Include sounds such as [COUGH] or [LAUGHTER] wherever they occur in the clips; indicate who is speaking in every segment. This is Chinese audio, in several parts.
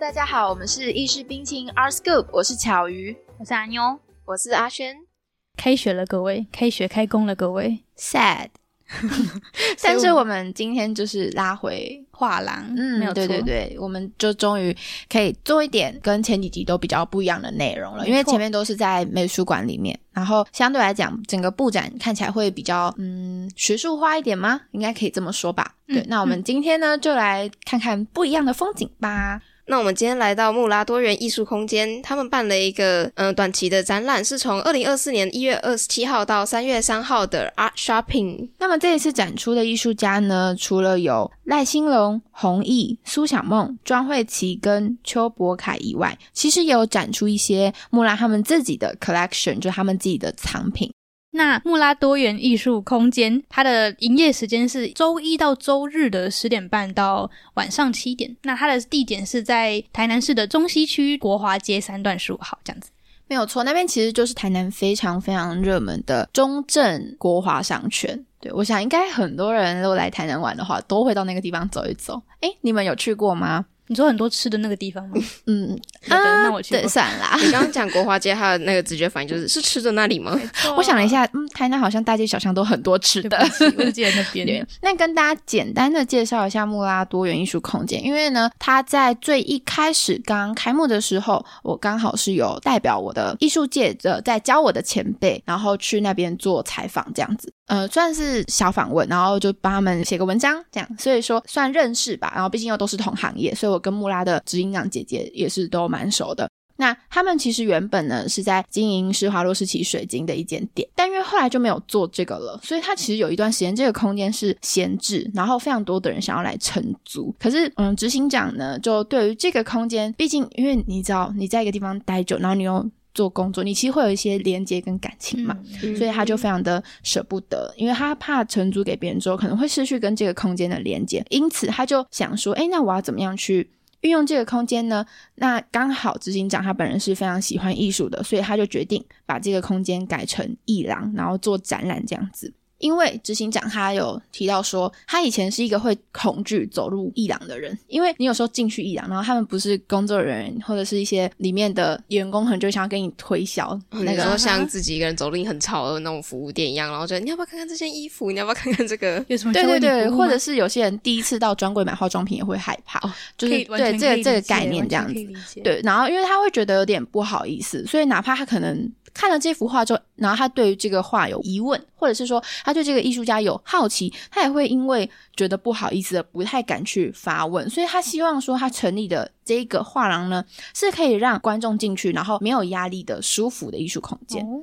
Speaker 1: 大家好，我们是意式冰淇淋 R Scoop，我是巧鱼，
Speaker 2: 我是阿妞，
Speaker 1: 我是阿轩。
Speaker 3: 开学了，各位，开学开工了，各位。
Speaker 2: sad
Speaker 1: 但是我们今天就是拉回，
Speaker 3: 画廊，
Speaker 1: 嗯
Speaker 3: 没有，错，
Speaker 1: 对对对，我们就终于可以做一点跟前几集都比较不一样的内容了，因为
Speaker 3: 没错
Speaker 1: 前面都是在美术馆里面，然后相对来讲，整个布展看起来会比较嗯学术化一点吗？应该可以这么说吧。
Speaker 3: 嗯
Speaker 1: 对，那我们今天呢，就来看看不一样的风景吧。
Speaker 4: 那我们今天来到穆拉多元艺术空间，他们办了一个嗯、呃短期的展览，是从二零二四年一月二十七号到三月三号的
Speaker 1: [LAUGHS]
Speaker 4: Art Shopping。
Speaker 1: 那么这一次展出的艺术家呢，除了有赖兴龙、弘毅、苏小梦、庄慧琪跟邱博凯以外，其实也有展出一些木兰他们自己的 collection，就是他们自己的藏品。
Speaker 3: 那穆拉多元艺术空间，它的营业时间是周一到周日的十点半到晚上七点。那它的地点是在台南市的中西区国华街三段十五号这样子。
Speaker 1: 没有错，那边其实就是台南非常非常热门的中正国华商圈。对，我想应该很多人如果来台南玩的话，都会到那个地方走一走。诶，你们有去过吗？
Speaker 3: 你说很多吃的那个地方吗？
Speaker 1: 嗯，
Speaker 3: 好的
Speaker 1: [LAUGHS] 啊
Speaker 3: 那我去过
Speaker 1: 对，算
Speaker 3: [LAUGHS]
Speaker 1: 啦。
Speaker 4: 你刚刚讲国华街，他的那个直觉反应就是是吃的那
Speaker 1: [LAUGHS]
Speaker 4: 里吗？
Speaker 1: 我想了一，下，嗯，台南好像大街小巷都很多吃
Speaker 3: 啊对
Speaker 1: 的
Speaker 3: 不。起，我就记得那
Speaker 1: [LAUGHS]
Speaker 3: 边
Speaker 1: 对。，那跟大家简单的介绍一下穆拉多元艺术空间，因为呢，它在最一开始刚开幕的时候，我刚好是有代表我的艺术界的在教我的前辈，然后去那边做采访这样子。呃，算是小访问，然后就帮他们写个文章，这样，所以说算认识吧。然后毕竟又都是同行业，所以我跟穆拉的执行长姐姐也是都蛮熟的。那他们其实原本呢是在经营施华洛世奇水晶的一间店，但因为后来就没有做这个了，所以它其实有一段时间这个空间是闲置，然后非常多的人想要来承租。可是，嗯，执行长呢就对于这个空间，毕竟因为你知道你在一个地方待久，然后你又做工作，你其实会有一些连接跟感情嘛。
Speaker 3: 嗯
Speaker 1: 所以他就非常的舍不得，因为他怕承租给别人之后可能会失去跟这个空间的连接，因此他就想说，哎，那我要怎么样去运用这个空间呢？那刚好执行长他本人是非常喜欢艺术的，所以他就决定把这个空间改成艺廊，然后做展览这样子。因为执行长他有提到说，他以前是一个会恐惧走入伊朗的人，因为你有时候进去伊朗，然后他们不是工作人员或者是一些里面的员工，可能就想要跟你推销
Speaker 4: [LAUGHS]
Speaker 1: 那
Speaker 4: 哦你
Speaker 1: 个 [LAUGHS]
Speaker 4: 说像自己一个人走进很吵的那种服务店一样，然后觉得你要不要看看这件衣服，你要不要看看这个？
Speaker 3: 有什么
Speaker 1: 对
Speaker 3: 需要
Speaker 1: 对
Speaker 3: 为你
Speaker 1: 对，
Speaker 3: 服务
Speaker 1: 或
Speaker 3: 吗哦
Speaker 1: 者是有些人第一次到专柜买化妆品也会害怕，就是
Speaker 3: 可以完全
Speaker 1: 对这
Speaker 3: 可
Speaker 1: 个
Speaker 3: 以
Speaker 1: 这个
Speaker 3: 理解
Speaker 1: 概念这样
Speaker 3: 完
Speaker 1: 子
Speaker 3: 全可。以理解
Speaker 1: 对，然后因为他会觉得有点不好意思，所以哪怕他可能看了这幅画之后，然后他对于这个画有疑问，或者是说他对这个艺术家有好奇，他也会因为觉得不好意思而不太敢去发问，所以他希望说他成立的这个画廊呢，是可以让观众进去，然后没有压力的舒服的艺术空间。
Speaker 3: 哦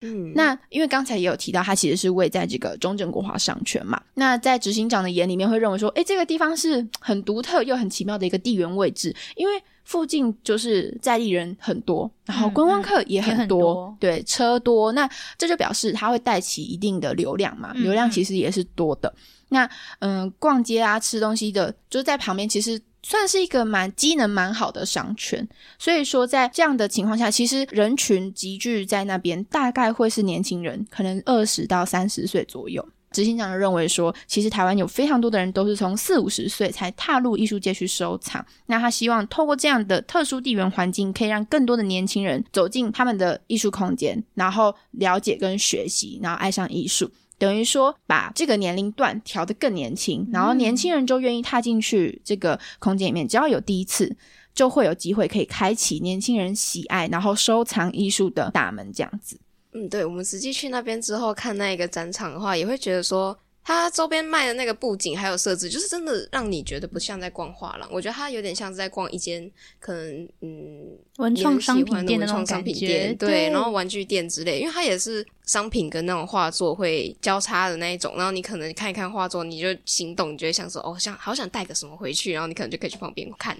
Speaker 4: 嗯，
Speaker 1: 那因为刚才也有提到，它其实是位在这个中正国华商圈嘛。那在执行长的眼里面，会认为说，诶，这个地方是很独特又很奇妙的一个地缘位置，因为附近就是在地人很多，然后
Speaker 3: 嗯
Speaker 1: 观光客也
Speaker 3: 也
Speaker 1: 很
Speaker 3: 很
Speaker 1: 多，
Speaker 3: 多
Speaker 1: 对，车多。那这就表示它会带起一定的流量嘛，
Speaker 3: 嗯
Speaker 1: 流量其实也是多的。那嗯，逛街啊、吃东西的，就是在旁边，其实算是一个蛮机能蛮好的商圈。所以说，在这样的情况下，其实人群集聚在那边，大概会是年轻人，可能二十到三十岁左右。执行长认为说，其实台湾有非常多的人都是从四五十岁才踏入艺术界去收藏。那他希望透过这样的特殊地缘环境，可以让更多的年轻人走进他们的艺术空间，然后了解跟学习，然后爱上艺术。等于说，把这个年龄段调得更年轻，然后年轻人就愿意踏进去这个空间里面。只要有第一次，就会有机会可以开启年轻人喜爱，然后收藏艺术的大门，这样子。
Speaker 4: 嗯，对，我们实际去那边之后看那一个展场的话，也会觉得说，它周边卖的那个布景还有设置，就是真的让你觉得不像在逛画廊。我觉得它有点像是在逛一间可能嗯
Speaker 3: 文
Speaker 4: 你
Speaker 3: 创
Speaker 4: 很
Speaker 3: 商
Speaker 4: 喜
Speaker 3: 品
Speaker 4: 欢
Speaker 3: 店
Speaker 4: 文
Speaker 3: 那种
Speaker 4: 创商
Speaker 3: 感
Speaker 4: 品
Speaker 3: 觉
Speaker 4: 店，，对，然后玩具店之类，因为它也是商品跟那种画作会交叉的那一种。然后你可能看一看画作，你就心动，你就会想说，哦，想好想带个什么回去，然后你可能就可以去旁边看。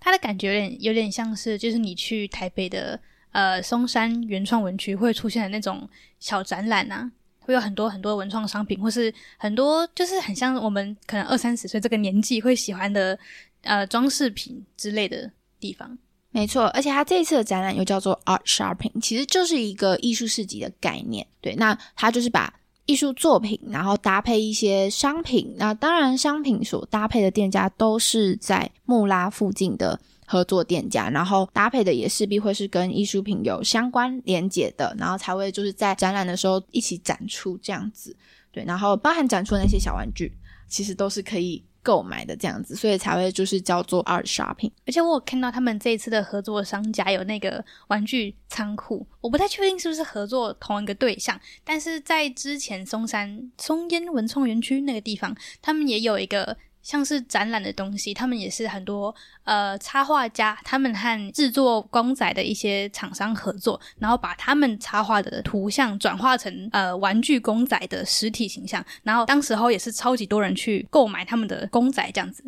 Speaker 3: 它的感觉有点有点像是，就是你去台北的呃松山原创文区会出现的那种小展览啊，会有很多很多文创商品，或是很多就是很像我们可能二三十岁这个年纪会喜欢的呃装饰品之类的地方。
Speaker 1: 没错，而且它这一次的展览又叫做 Art Shopping，其实就是一个艺术市集的概念。对，那它就是把艺术作品，然后搭配一些商品。那当然，商品所搭配的店家都是在穆拉附近的。合作店家，然后搭配的也势必会是跟艺术品有相关连结的，然后才会就是在展览的时候一起展出这样子。对，然后包含展出的那些小玩具，其实都是可以购买的这样子，所以才会就是叫做 art shopping。
Speaker 3: 而且我有看到他们这一次的合作商家有那个玩具仓库，我不太确定是不是合作同一个对象，但是在之前松山松烟文创园区那个地方，他们也有一个像是展览的东西，他们也是很多呃插画家，他们和制作公仔的一些厂商合作，然后把他们插画的图像转化成呃玩具公仔的实体形象，然后当时候也是超级多人去购买他们的公仔这样子。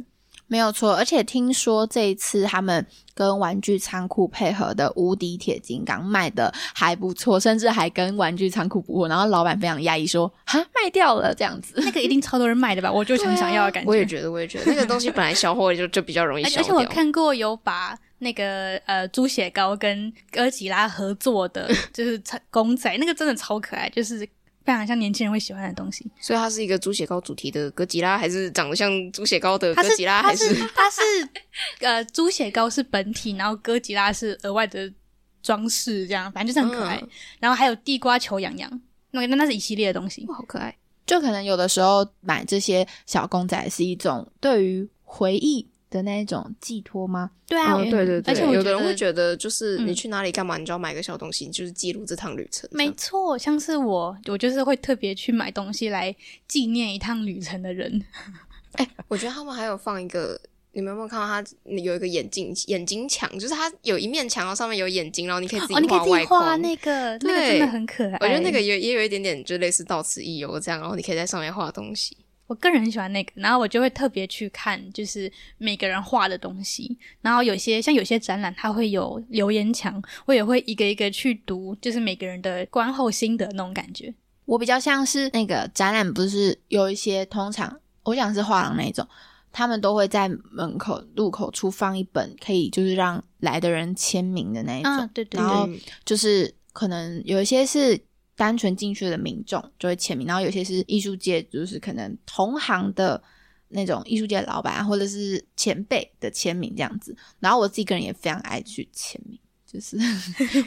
Speaker 1: 没有错，而且听说这一次他们跟玩具仓库配合的《无敌铁金刚》卖的还不错，甚至还跟玩具仓库补货，然后老板非常压抑说：“哈，卖掉了这样子。”
Speaker 3: 那个一定超多人买的吧？我就想想要的感觉。
Speaker 4: 啊我也觉得，我也觉得那个东西本来销货就就比较容易
Speaker 3: 而且
Speaker 4: 销
Speaker 3: 而且我
Speaker 4: 掉。
Speaker 3: 看过有把那个呃猪血糕跟哥吉拉合作
Speaker 4: [LAUGHS]
Speaker 3: 的，就是超公仔，那个真的超可爱，就是非常像年轻人会喜欢的东西。
Speaker 4: 所以它是一个猪血糕主题的哥吉拉，还是长得像猪血糕的
Speaker 3: 它
Speaker 4: 哥
Speaker 3: 是
Speaker 4: 吉拉，
Speaker 3: 它
Speaker 4: 还
Speaker 3: 是它是呃猪血糕是本体，然后哥吉拉是额外的装饰，这样反正就是很可爱。
Speaker 4: 嗯
Speaker 3: 然后还有地瓜球痒痒，那那那是一系列的东西。
Speaker 4: 哇好可 [LAUGHS] 爱？
Speaker 1: 就可能有的时候买这些小公仔是一种对于回忆的那一种寄托吗？呃
Speaker 3: 对啊，
Speaker 4: 嗯，
Speaker 3: 我
Speaker 4: 对对对，
Speaker 3: 而且我
Speaker 4: 有
Speaker 3: 觉
Speaker 4: 的人
Speaker 3: 得
Speaker 4: 会觉得，就是
Speaker 3: 嗯
Speaker 4: 你去哪里干嘛，你就要买个小东西，就是记录这趟旅程。
Speaker 3: 没错，像是我，我就是会特别去买东西来纪念一趟旅程的人。
Speaker 4: 我觉得他们还有放一个，你们有没有看到他有一个眼镜眼睛墙，就是它有一面墙，然后上面有眼睛，然后你可以自己
Speaker 3: 哦，你可以
Speaker 4: 画
Speaker 3: 自己
Speaker 4: 外框。
Speaker 3: 画那个，哎那个
Speaker 4: 对
Speaker 3: 真的很可爱。
Speaker 4: 我觉得那个，也也有一点点，就类似到此一游这样，然后你可以在上面画东西。
Speaker 3: 我个人很喜欢那个，然后我就会特别去看，就是每个人画的东西。然后有些像有些展览，它会有留言墙，我也会一个一个去读，就是每个人的观后心得那种感觉。
Speaker 1: 我比较像是那个展览，不是有一些通常我想是画廊那一种，他们都会在门口入口处放一本可以就是让来的人签名的那一种，
Speaker 3: 嗯，对对
Speaker 1: 然后
Speaker 3: 对，
Speaker 4: 嗯
Speaker 1: 就是可能有一些是单纯进去的民众就会签名，然后有些是艺术界就是可能同行的那种艺术界的老板啊或者是前辈的签名这样子。然后我自己个人也非常爱去签名，就是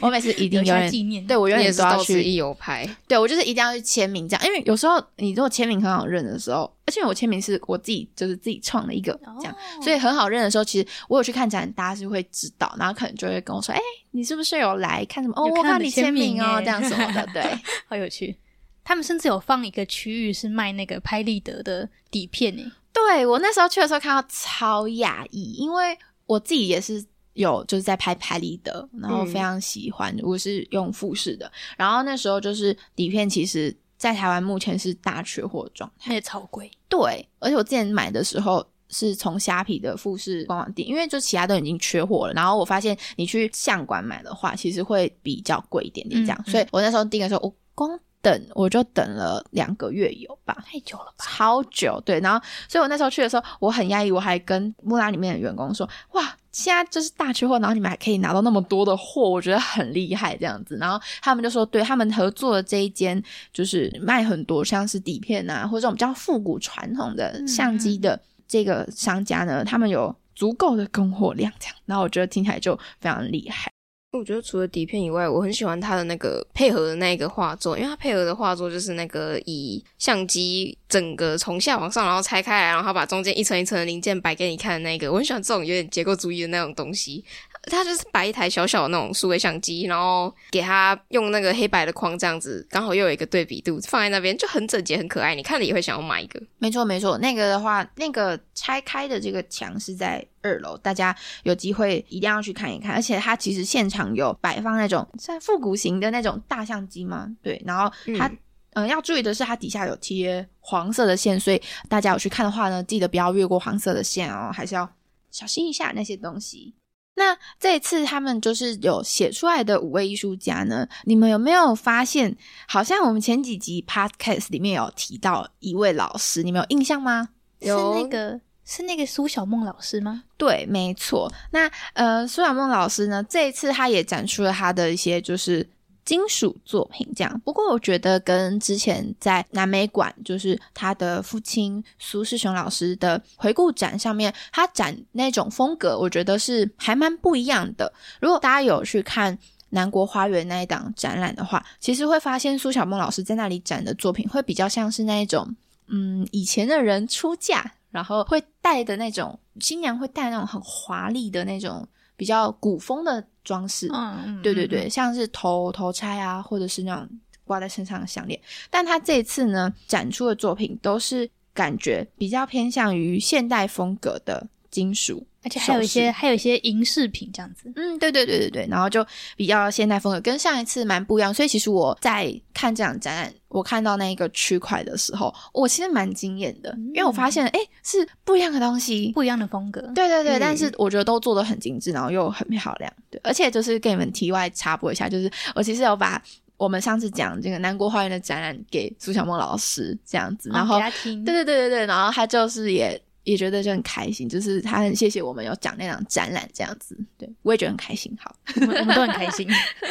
Speaker 1: 我每次一定
Speaker 3: 留
Speaker 1: 有
Speaker 3: 下
Speaker 1: 人
Speaker 3: 纪念。
Speaker 1: 对我永
Speaker 4: 你
Speaker 1: 远
Speaker 4: 也是
Speaker 1: 都要
Speaker 4: 到此
Speaker 1: 去
Speaker 4: 一游拍，
Speaker 1: 对我就是一定要去签名，这样，因为有时候你如果签名很好认的时候，而且我签名是我自己就是自己创的一个这样，
Speaker 3: 哦
Speaker 1: 所以很好认的时候，其实我有去看展，大家是会知道，然后可能就会跟我说，哎、你是不是有来看什么？哦，
Speaker 3: 有
Speaker 1: 我
Speaker 3: 看
Speaker 1: 看
Speaker 3: 你
Speaker 1: 你
Speaker 3: 签
Speaker 1: 签
Speaker 3: 名
Speaker 1: 名
Speaker 3: 啊欸
Speaker 1: 哦，
Speaker 3: 耶
Speaker 1: 这样什么的，对， [LAUGHS]
Speaker 3: 好有趣。他们甚至有放一个区域是卖那个拍立得的底片诶，
Speaker 1: 对我那时候去的时候看到超讶异，因为我自己也是有就是在拍拍立得，然后
Speaker 4: 嗯
Speaker 1: 非常喜欢，我是用富士的，然后那时候就是底片，其实在台湾目前是大缺货的状态。
Speaker 3: 它也超贵。
Speaker 1: 对，而且我之前买的时候是从虾皮的富士官网店，因为就其他都已经缺货了。然后我发现你去相馆买的话，其实会比较贵一点点这样。
Speaker 3: 嗯嗯
Speaker 1: 所以我那时候订的时候，我光等我就等了两个月有吧。
Speaker 3: 太久了吧？
Speaker 1: 超久，对，然后，所以我那时候去的时候，我很压抑，我还跟木拉里面的员工说，哇，现在就是大缺货，然后你们还可以拿到那么多的货，我觉得很厉害这样子。然后他们就说，对他们合作的这一间就是卖很多像是底片啊，或者这种比较复古传统的
Speaker 3: 嗯
Speaker 1: 相机的这个商家呢，他们有足够的供货量这样。然后我觉得听起来就非常厉害。
Speaker 4: 我觉得除了底片以外，我很喜欢它的那个配合的那一个画作，因为它配合的画作就是那个以相机整个从下往上，然后拆开来，然后它把中间一层一层的零件摆给你看的那个，我很喜欢这种有点结构主义的那种东西。它就是摆一台小小的那种数位相机，然后给它用那个黑白的框这样子，刚好又有一个对比度放在那边，就很整洁很可爱，你看了也会想要买一个。
Speaker 1: 没错，没错。那个的话，那个拆开的这个墙是在二楼，大家有机会一定要去看一看。而且它其实现场有摆放那种算复古型的那种大相机嘛，对。然后它，嗯、要注意的是，它底下有贴黄色的线，所以大家有去看的话呢，记得不要越过黄色的线哦，还是要小心一下那些东西。那这一次他们就是有写出来的五位艺术家呢，你们有没有发现，好像我们前几集 podcast 里面有提到一位老师，你们有印象吗？
Speaker 3: 是
Speaker 4: 有
Speaker 3: 那个是那个苏小梦老师吗？
Speaker 1: 对，没错。那呃，苏小梦老师呢，这一次他也展出了他的一些就是金属作品这样。不过我觉得跟之前在南美馆，就是他的父亲苏世雄老师的回顾展上面，他展那种风格，我觉得是还蛮不一样的。如果大家有去看。南国花园那一档展览的话，其实会发现苏小梦老师在那里展的作品会比较像是那一种，嗯，以前的人出嫁，然后会带的那种新娘会带那种很华丽的那种比较古风的装饰，
Speaker 3: 嗯，嗯
Speaker 1: 对对对，，像是头头钗啊，或者是那种挂在身上的项链。但他这一次呢，展出的作品都是感觉比较偏向于现代风格的金属，
Speaker 3: 而且还有一
Speaker 1: 首饰
Speaker 3: 些还有一些银饰品这样子。
Speaker 1: 嗯，对对对对对，然后就比较现代风格，跟上一次蛮不一样。所以其实我在看这场展览，我看到那个区块的时候，我其实蛮惊艳的，因为我发现哎是不一样的东西。
Speaker 3: 嗯不一样的风格，
Speaker 1: 对对对，
Speaker 4: 嗯
Speaker 1: 但是我觉得都做的很精致，然后又很漂亮。对，而且就是给你们题外插播一下，就是我其实有把我们上次讲这个南国花园的展览给苏小梦老师这样子，
Speaker 3: 哦
Speaker 1: 然后
Speaker 3: 给他听，
Speaker 1: 对对对对对，然后他就是也也觉得就很开心，就是他很谢谢我们有讲那场展览这样子，对我也觉得很开心。好，
Speaker 3: 我们我们都很开心。 [LAUGHS]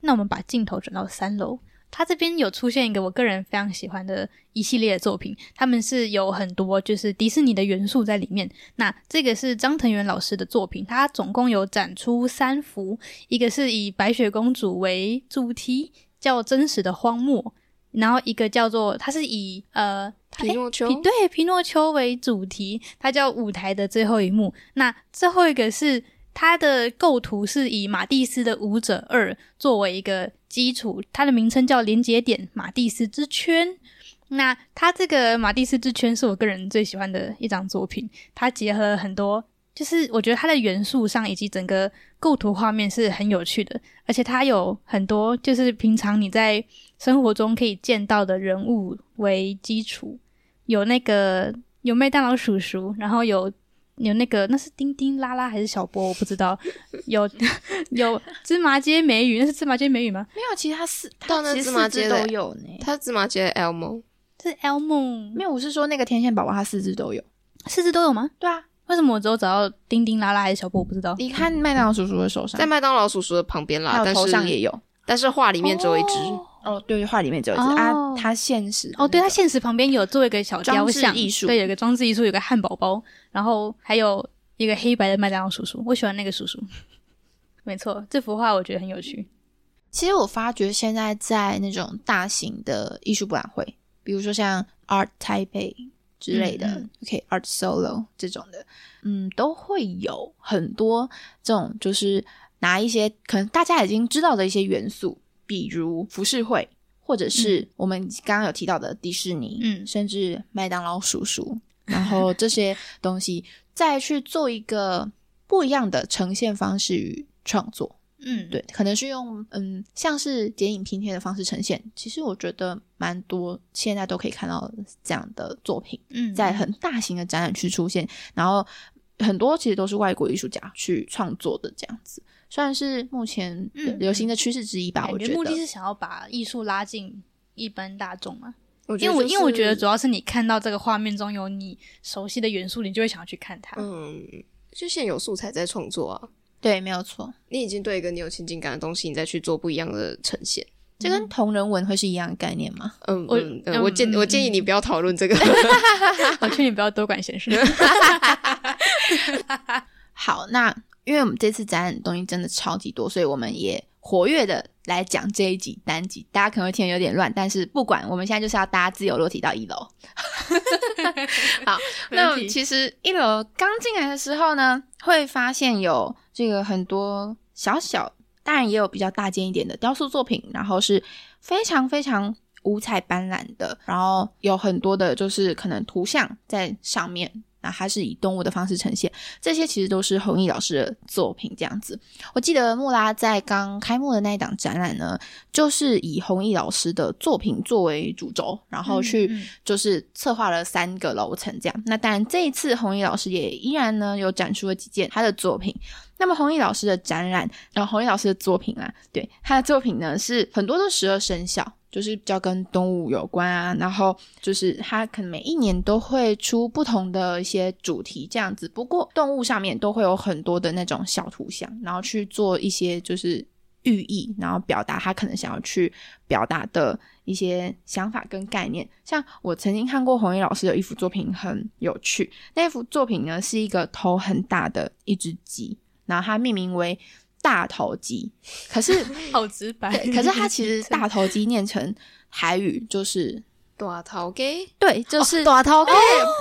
Speaker 3: 那我们把镜头转到三楼，它这边有出现一个我个人非常喜欢的一系列的作品，他们是有很多就是迪士尼的元素在里面。那这个是张腾元老师的作品，他总共有展出三幅，一个是以白雪公主为主题，叫《真实的荒漠》，然后一个叫做它是以呃
Speaker 4: 皮诺丘
Speaker 3: 皮对皮诺丘为主题，它叫舞台的最后一幕。那最后一个是它的构图是以马蒂斯的《舞者二》作为一个基础，它的名称叫连接点马蒂斯之圈。那它这个马蒂斯之圈是我个人最喜欢的一张作品，它结合了很多，就是我觉得它的元素上以及整个构图画面是很有趣的，而且它有很多就是平常你在生活中可以见到的人物为基础，有那个有麦当劳叔叔，然后有有那个那是丁丁拉拉还是小波我不知道，有 [LAUGHS] 有芝麻街美语，那是芝麻街美语吗？
Speaker 1: 没有，其实他四他
Speaker 4: 到那
Speaker 1: 其实
Speaker 4: 芝麻
Speaker 1: 四
Speaker 4: 街
Speaker 1: 只
Speaker 4: 的
Speaker 1: 都有呢。
Speaker 4: 他芝麻街的 Elmo，
Speaker 3: 这是 L 梦
Speaker 1: 没，有，我是说那个天线宝宝，他四只都有。
Speaker 3: 四只都有吗？
Speaker 1: 对啊，
Speaker 3: 为什么我只有找到丁丁拉拉还是小波我不知道？
Speaker 1: 你看麦当劳叔叔的手上
Speaker 4: 在，麦当劳叔叔的旁边啦，
Speaker 1: 还有
Speaker 4: 但
Speaker 1: 头
Speaker 4: 是
Speaker 1: 上也有。
Speaker 4: 但是画里面只有一只。
Speaker 3: 哦
Speaker 1: 哦，对，画里面只有一只、
Speaker 3: 哦
Speaker 1: 啊，他现实的
Speaker 3: 哦，对，
Speaker 1: 那
Speaker 3: 它
Speaker 1: 个
Speaker 3: 现实旁边有做一个小雕
Speaker 1: 装
Speaker 3: 像
Speaker 4: 哦
Speaker 1: 置艺术
Speaker 3: 对，有一个装置艺术，有个汉堡包，然后还有一个黑白的麦当劳叔叔，我喜欢那个叔叔。没错，这幅画我觉得很有趣。
Speaker 1: 其实我发觉现在在那种大型的艺术博览会，比如说像 Art Taipei 之类的、
Speaker 3: 嗯
Speaker 1: o k Art Solo 这种的，嗯，都会有很多这种，就是拿一些可能大家已经知道的一些元素，比如浮世绘，或者是我们刚刚有提到的迪士尼，
Speaker 3: 嗯
Speaker 1: 甚至麦当劳叔
Speaker 3: [LAUGHS]
Speaker 1: 叔，然后这些东西再去做一个不一样的呈现方式与创作。
Speaker 3: 嗯，
Speaker 1: 对，可能是用嗯，像是剪影拼贴的方式呈现。其实我觉得蛮多现在都可以看到这样的作品
Speaker 3: 嗯，
Speaker 1: 在很大型的展览区出现，然后很多其实都是外国艺术家去创作的这样子，算是目前
Speaker 3: 嗯
Speaker 1: 流行的趋势之一吧。
Speaker 3: 感
Speaker 1: 我
Speaker 3: 觉
Speaker 1: 觉
Speaker 3: 目的
Speaker 1: 得
Speaker 3: 是想要把艺术拉进一般大众嘛。
Speaker 4: 我
Speaker 3: 因为我
Speaker 4: 就是
Speaker 3: 因为我觉得主要是你看到这个画面中有你熟悉的元素，你就会想要去看它。
Speaker 4: 嗯，就现有素材在创作啊。
Speaker 1: 对，没有错，
Speaker 3: 嗯
Speaker 4: 你已经对一个你有亲近感的东西，你再去做不一样的呈现。
Speaker 1: 这跟同人文会是一样的概念吗？
Speaker 4: 嗯，
Speaker 3: 我
Speaker 4: 嗯
Speaker 3: 嗯
Speaker 4: 嗯，我建
Speaker 3: 嗯
Speaker 4: 我建议你不要讨论
Speaker 3: [LAUGHS]
Speaker 4: 这个。
Speaker 3: [LAUGHS] 我劝你不要多管闲事。
Speaker 1: 好，那因为我们这次展览的东西真的超级多，所以我们也活跃的来讲这一集单集。大家可能会听得有点乱，但是不管，我们现在就是要大家自由落体到一楼。 [LAUGHS] 好，那我们其实一楼刚进来的时候呢，会发现有这个很多小小，当然也有比较大件一点的雕塑作品，然后是非常非常五彩斑斓的，然后有很多的就是可能图像在上面，那它是以动物的方式呈现，这些其实都是弘毅老师的作品这样子。我记得莫拉在刚开幕的那一档展览呢，就是以弘毅老师的作品作为主轴，然后去
Speaker 3: 嗯嗯
Speaker 1: 就是策划了三个楼层这样。那当然，这一次弘毅老师也依然呢有展出了几件他的作品。那么弘毅老师的展览，然后弘毅老师的作品啊，对他的作品呢是很多都十二生肖，就是比较跟动物有关啊。然后就是他可能每一年都会出不同的一些主题这样子，不过动物上面都会有很多的那种小图像，然后去做一些就是寓意，然后表达他可能想要去表达的一些想法跟概念。像我曾经看过红叶老师的一幅作品，很有趣。那幅作品呢是一个头很大的一只鸡，然后它命名为大头鸡。可是，
Speaker 3: 好直白
Speaker 1: 对，。可是
Speaker 3: [LAUGHS]
Speaker 1: 它其实大头鸡念成台语就是
Speaker 4: 短头给
Speaker 1: 对，就是哎
Speaker 4: 短哦头给，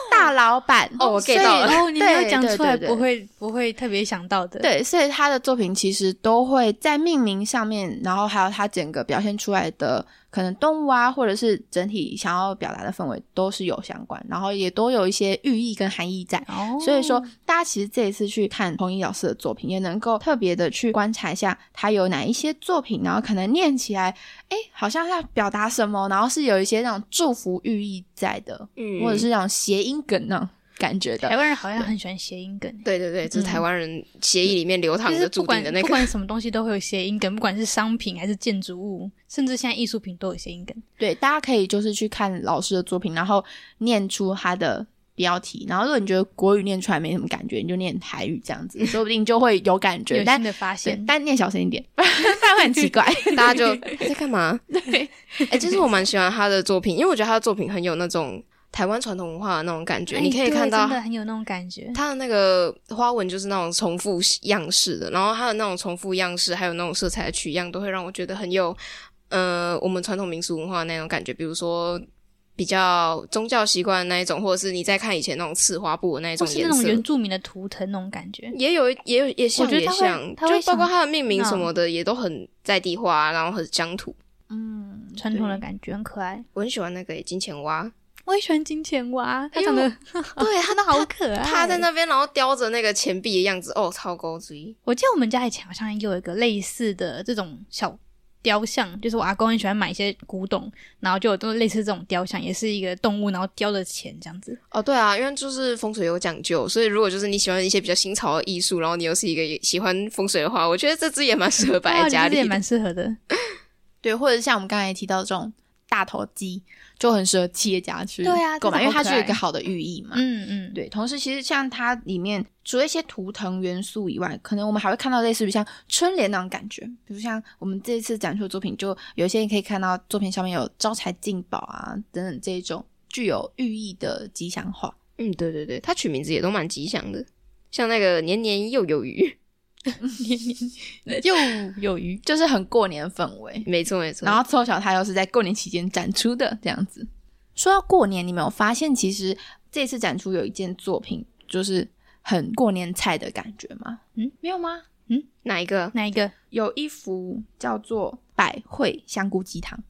Speaker 1: 大老板
Speaker 4: 哦我 get 到了
Speaker 1: 所以
Speaker 3: 哦，你没有
Speaker 1: 对
Speaker 3: 讲
Speaker 1: 对
Speaker 3: 出来，
Speaker 1: 对对
Speaker 3: 不会不会特别想到的。，
Speaker 1: 对，所以他的作品其实都会在命名上面，然后还有他整个表现出来的可能动物啊，或者是整体想要表达的氛围都是有相关，然后也都有一些寓意跟含义在。
Speaker 3: 哦，
Speaker 1: 所以说，大家其实这一次去看彭一老师的作品，也能够特别的去观察一下他有哪一些作品，然后可能念起来，哎，好像要表达什么，然后是有一些那种祝福寓意在的，
Speaker 4: 嗯
Speaker 1: 或者是那种谐音梗那种感觉的
Speaker 3: 台。湾人好像很喜欢谐音梗欸。
Speaker 4: 对对对，这是台湾人协议里面流淌
Speaker 3: 就
Speaker 4: 着
Speaker 3: 是
Speaker 4: 注
Speaker 3: 不
Speaker 4: 定
Speaker 3: 管
Speaker 4: 的那
Speaker 3: 不
Speaker 4: 个。
Speaker 3: 管什么东西都会有谐音梗，不管是商品还是建筑物，甚至现在艺术品都有谐音梗。
Speaker 1: 对，大家可以就是去看老师的作品，然后念出他的标题。然后，如果你觉得国语念出来没什么感觉，你就念台语这样子，说不定就会有感觉。
Speaker 3: [LAUGHS] 有
Speaker 1: 但
Speaker 3: 新的发
Speaker 1: 对
Speaker 3: 现，
Speaker 1: 但念小声一点， [LAUGHS] 不然会很奇
Speaker 3: [LAUGHS]
Speaker 1: 怪。
Speaker 4: 大家就你在干嘛？对，哎、其实我蛮喜欢他的作品，因为我觉得他的作品很有那种台湾传统文化的那种感觉。
Speaker 3: 哎
Speaker 4: 你可以
Speaker 3: 对
Speaker 4: 看到
Speaker 3: 真的很有那种感觉。
Speaker 4: 它的那个花纹就是那种重复样式的，然后它的那种重复样式，还有那种色彩的取样，都会让我觉得很有呃我们传统民俗文化那种感觉。比如说比较宗教习惯的那一种，或者是你在看以前那种刺花布的那一
Speaker 3: 或
Speaker 4: 种
Speaker 3: 是那
Speaker 4: 颜
Speaker 3: 种
Speaker 4: 色，
Speaker 3: 原住民的图腾那种感觉，
Speaker 4: 也有也有也像
Speaker 3: 我觉得
Speaker 4: 也
Speaker 3: 它会
Speaker 4: 像，
Speaker 3: 它会
Speaker 4: 就包括
Speaker 3: 想
Speaker 4: 它的命名什么的，也都很在地化，然后很乡土。
Speaker 1: 嗯，
Speaker 3: 传统的感觉很可爱。
Speaker 4: 我很喜欢那个诶金钱蛙，
Speaker 3: 我也喜欢金钱蛙，它
Speaker 4: 因为
Speaker 3: 长得
Speaker 4: 对
Speaker 3: 哎它哦的好可爱。
Speaker 4: 趴在，那边，然后叼着那个钱币的样子，哦，超高级。
Speaker 3: 我记得我们家以前好像也有一个类似的这种小雕像，就是我阿公很喜欢买一些古董，然后就有都类似这种雕像，也是一个动物，然后雕着钱这样子。
Speaker 4: 哦，对啊，因为就是风水有讲究，所以如果就是你喜欢一些比较新潮的艺术，然后你又是一个喜欢风水的话，我觉得这只也蛮适合摆
Speaker 3: 哇
Speaker 4: 在
Speaker 3: 啊你
Speaker 4: 家
Speaker 3: 这也
Speaker 4: 里的。
Speaker 3: 蛮适合的。
Speaker 1: 对，或者是像我们刚才提到这种大头鸡，就很适合企业家去
Speaker 3: 对啊
Speaker 1: 购买，
Speaker 3: 真的好
Speaker 1: 因为它是有一
Speaker 3: 可
Speaker 1: 个
Speaker 3: 爱
Speaker 1: 好的寓意嘛。
Speaker 3: 嗯嗯，
Speaker 1: 对，同时其实像它里面除了一些图腾元素以外，可能我们还会看到类似于像春联那种感觉，比如像我们这一次展出的作品，就有一些你可以看到作品上面有招财进宝啊等等这一种具有寓意的吉祥
Speaker 3: [LAUGHS]
Speaker 1: 话。
Speaker 4: 嗯，对对对，它取名字也都蛮吉祥的，像那个年年又有余，
Speaker 3: 又 [LAUGHS] 有鱼，
Speaker 1: 就是很过年的氛围。
Speaker 4: 没错没错。
Speaker 1: 然后凑巧它又是在过年期间展出的这样子。说到过年，你们有发现其实这次展出有一件作品就是很过年菜的感觉吗？
Speaker 3: 嗯，
Speaker 1: 没有吗？
Speaker 4: 哪一个？
Speaker 3: 哪一个？
Speaker 1: 有一幅叫做《百汇香菇鸡汤》，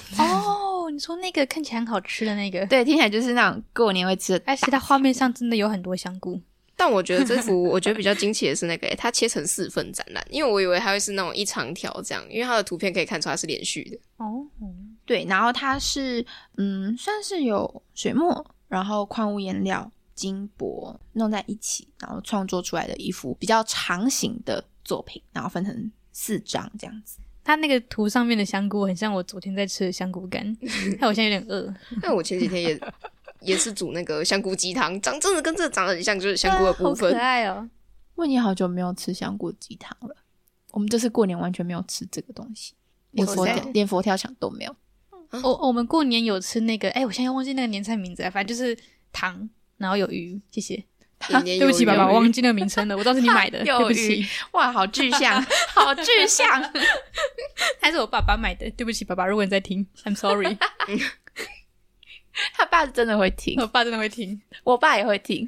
Speaker 3: [LAUGHS] 哦，你说那个看起来很好吃的那个，
Speaker 1: 对，听起来就是那种过年会吃的。
Speaker 3: 而且它画面上真的有很多香菇，
Speaker 4: 但我觉得这幅我觉得比较惊奇的是那个，欸诶它切成四份展览，因为我以为它会是那种一长条这样，因为它的图片可以看出它是连续的。
Speaker 3: 哦，
Speaker 1: 对，然后它是嗯，算是有水墨，然后矿物颜料、金箔弄在一起，然后创作出来的一幅比较长形的作品，然后分成四张这样子。
Speaker 3: 它那个图上面的香菇很像我昨天在吃的香菇 [LAUGHS] 干，害我现在有点饿。
Speaker 4: 但我前
Speaker 3: [LAUGHS]
Speaker 4: 几天也也是煮那个香菇鸡汤，长真的跟这长得很像，就是香菇的部
Speaker 3: [LAUGHS]
Speaker 4: 分
Speaker 3: 好可。爱哦！
Speaker 1: 问你好久没有吃香菇鸡汤了，我们这次过年完全没有吃这个东西，
Speaker 4: 连
Speaker 1: 连
Speaker 4: 佛
Speaker 1: 佛
Speaker 4: 跳
Speaker 1: 跳连佛跳墙都没有。
Speaker 3: 哦我我们过年有吃那个，哎，我现在忘记那个年菜名字了，反正就是糖，然后有鱼，谢谢。
Speaker 4: 年年有
Speaker 3: [LAUGHS] 对不起，
Speaker 4: 余
Speaker 3: 爸爸，
Speaker 4: 有
Speaker 3: 我
Speaker 4: 余
Speaker 3: 忘记那个名称了，我知道是你买的，
Speaker 1: 有
Speaker 3: 对不
Speaker 1: 鱼
Speaker 3: 起，
Speaker 1: 哇，好具象， [LAUGHS] 好具象。
Speaker 3: 还是我爸爸买的，对不起，爸爸，如果你在听，I'm sorry，
Speaker 1: 他爸真的会听
Speaker 3: 我，爸真的会听。
Speaker 1: 我爸也会听。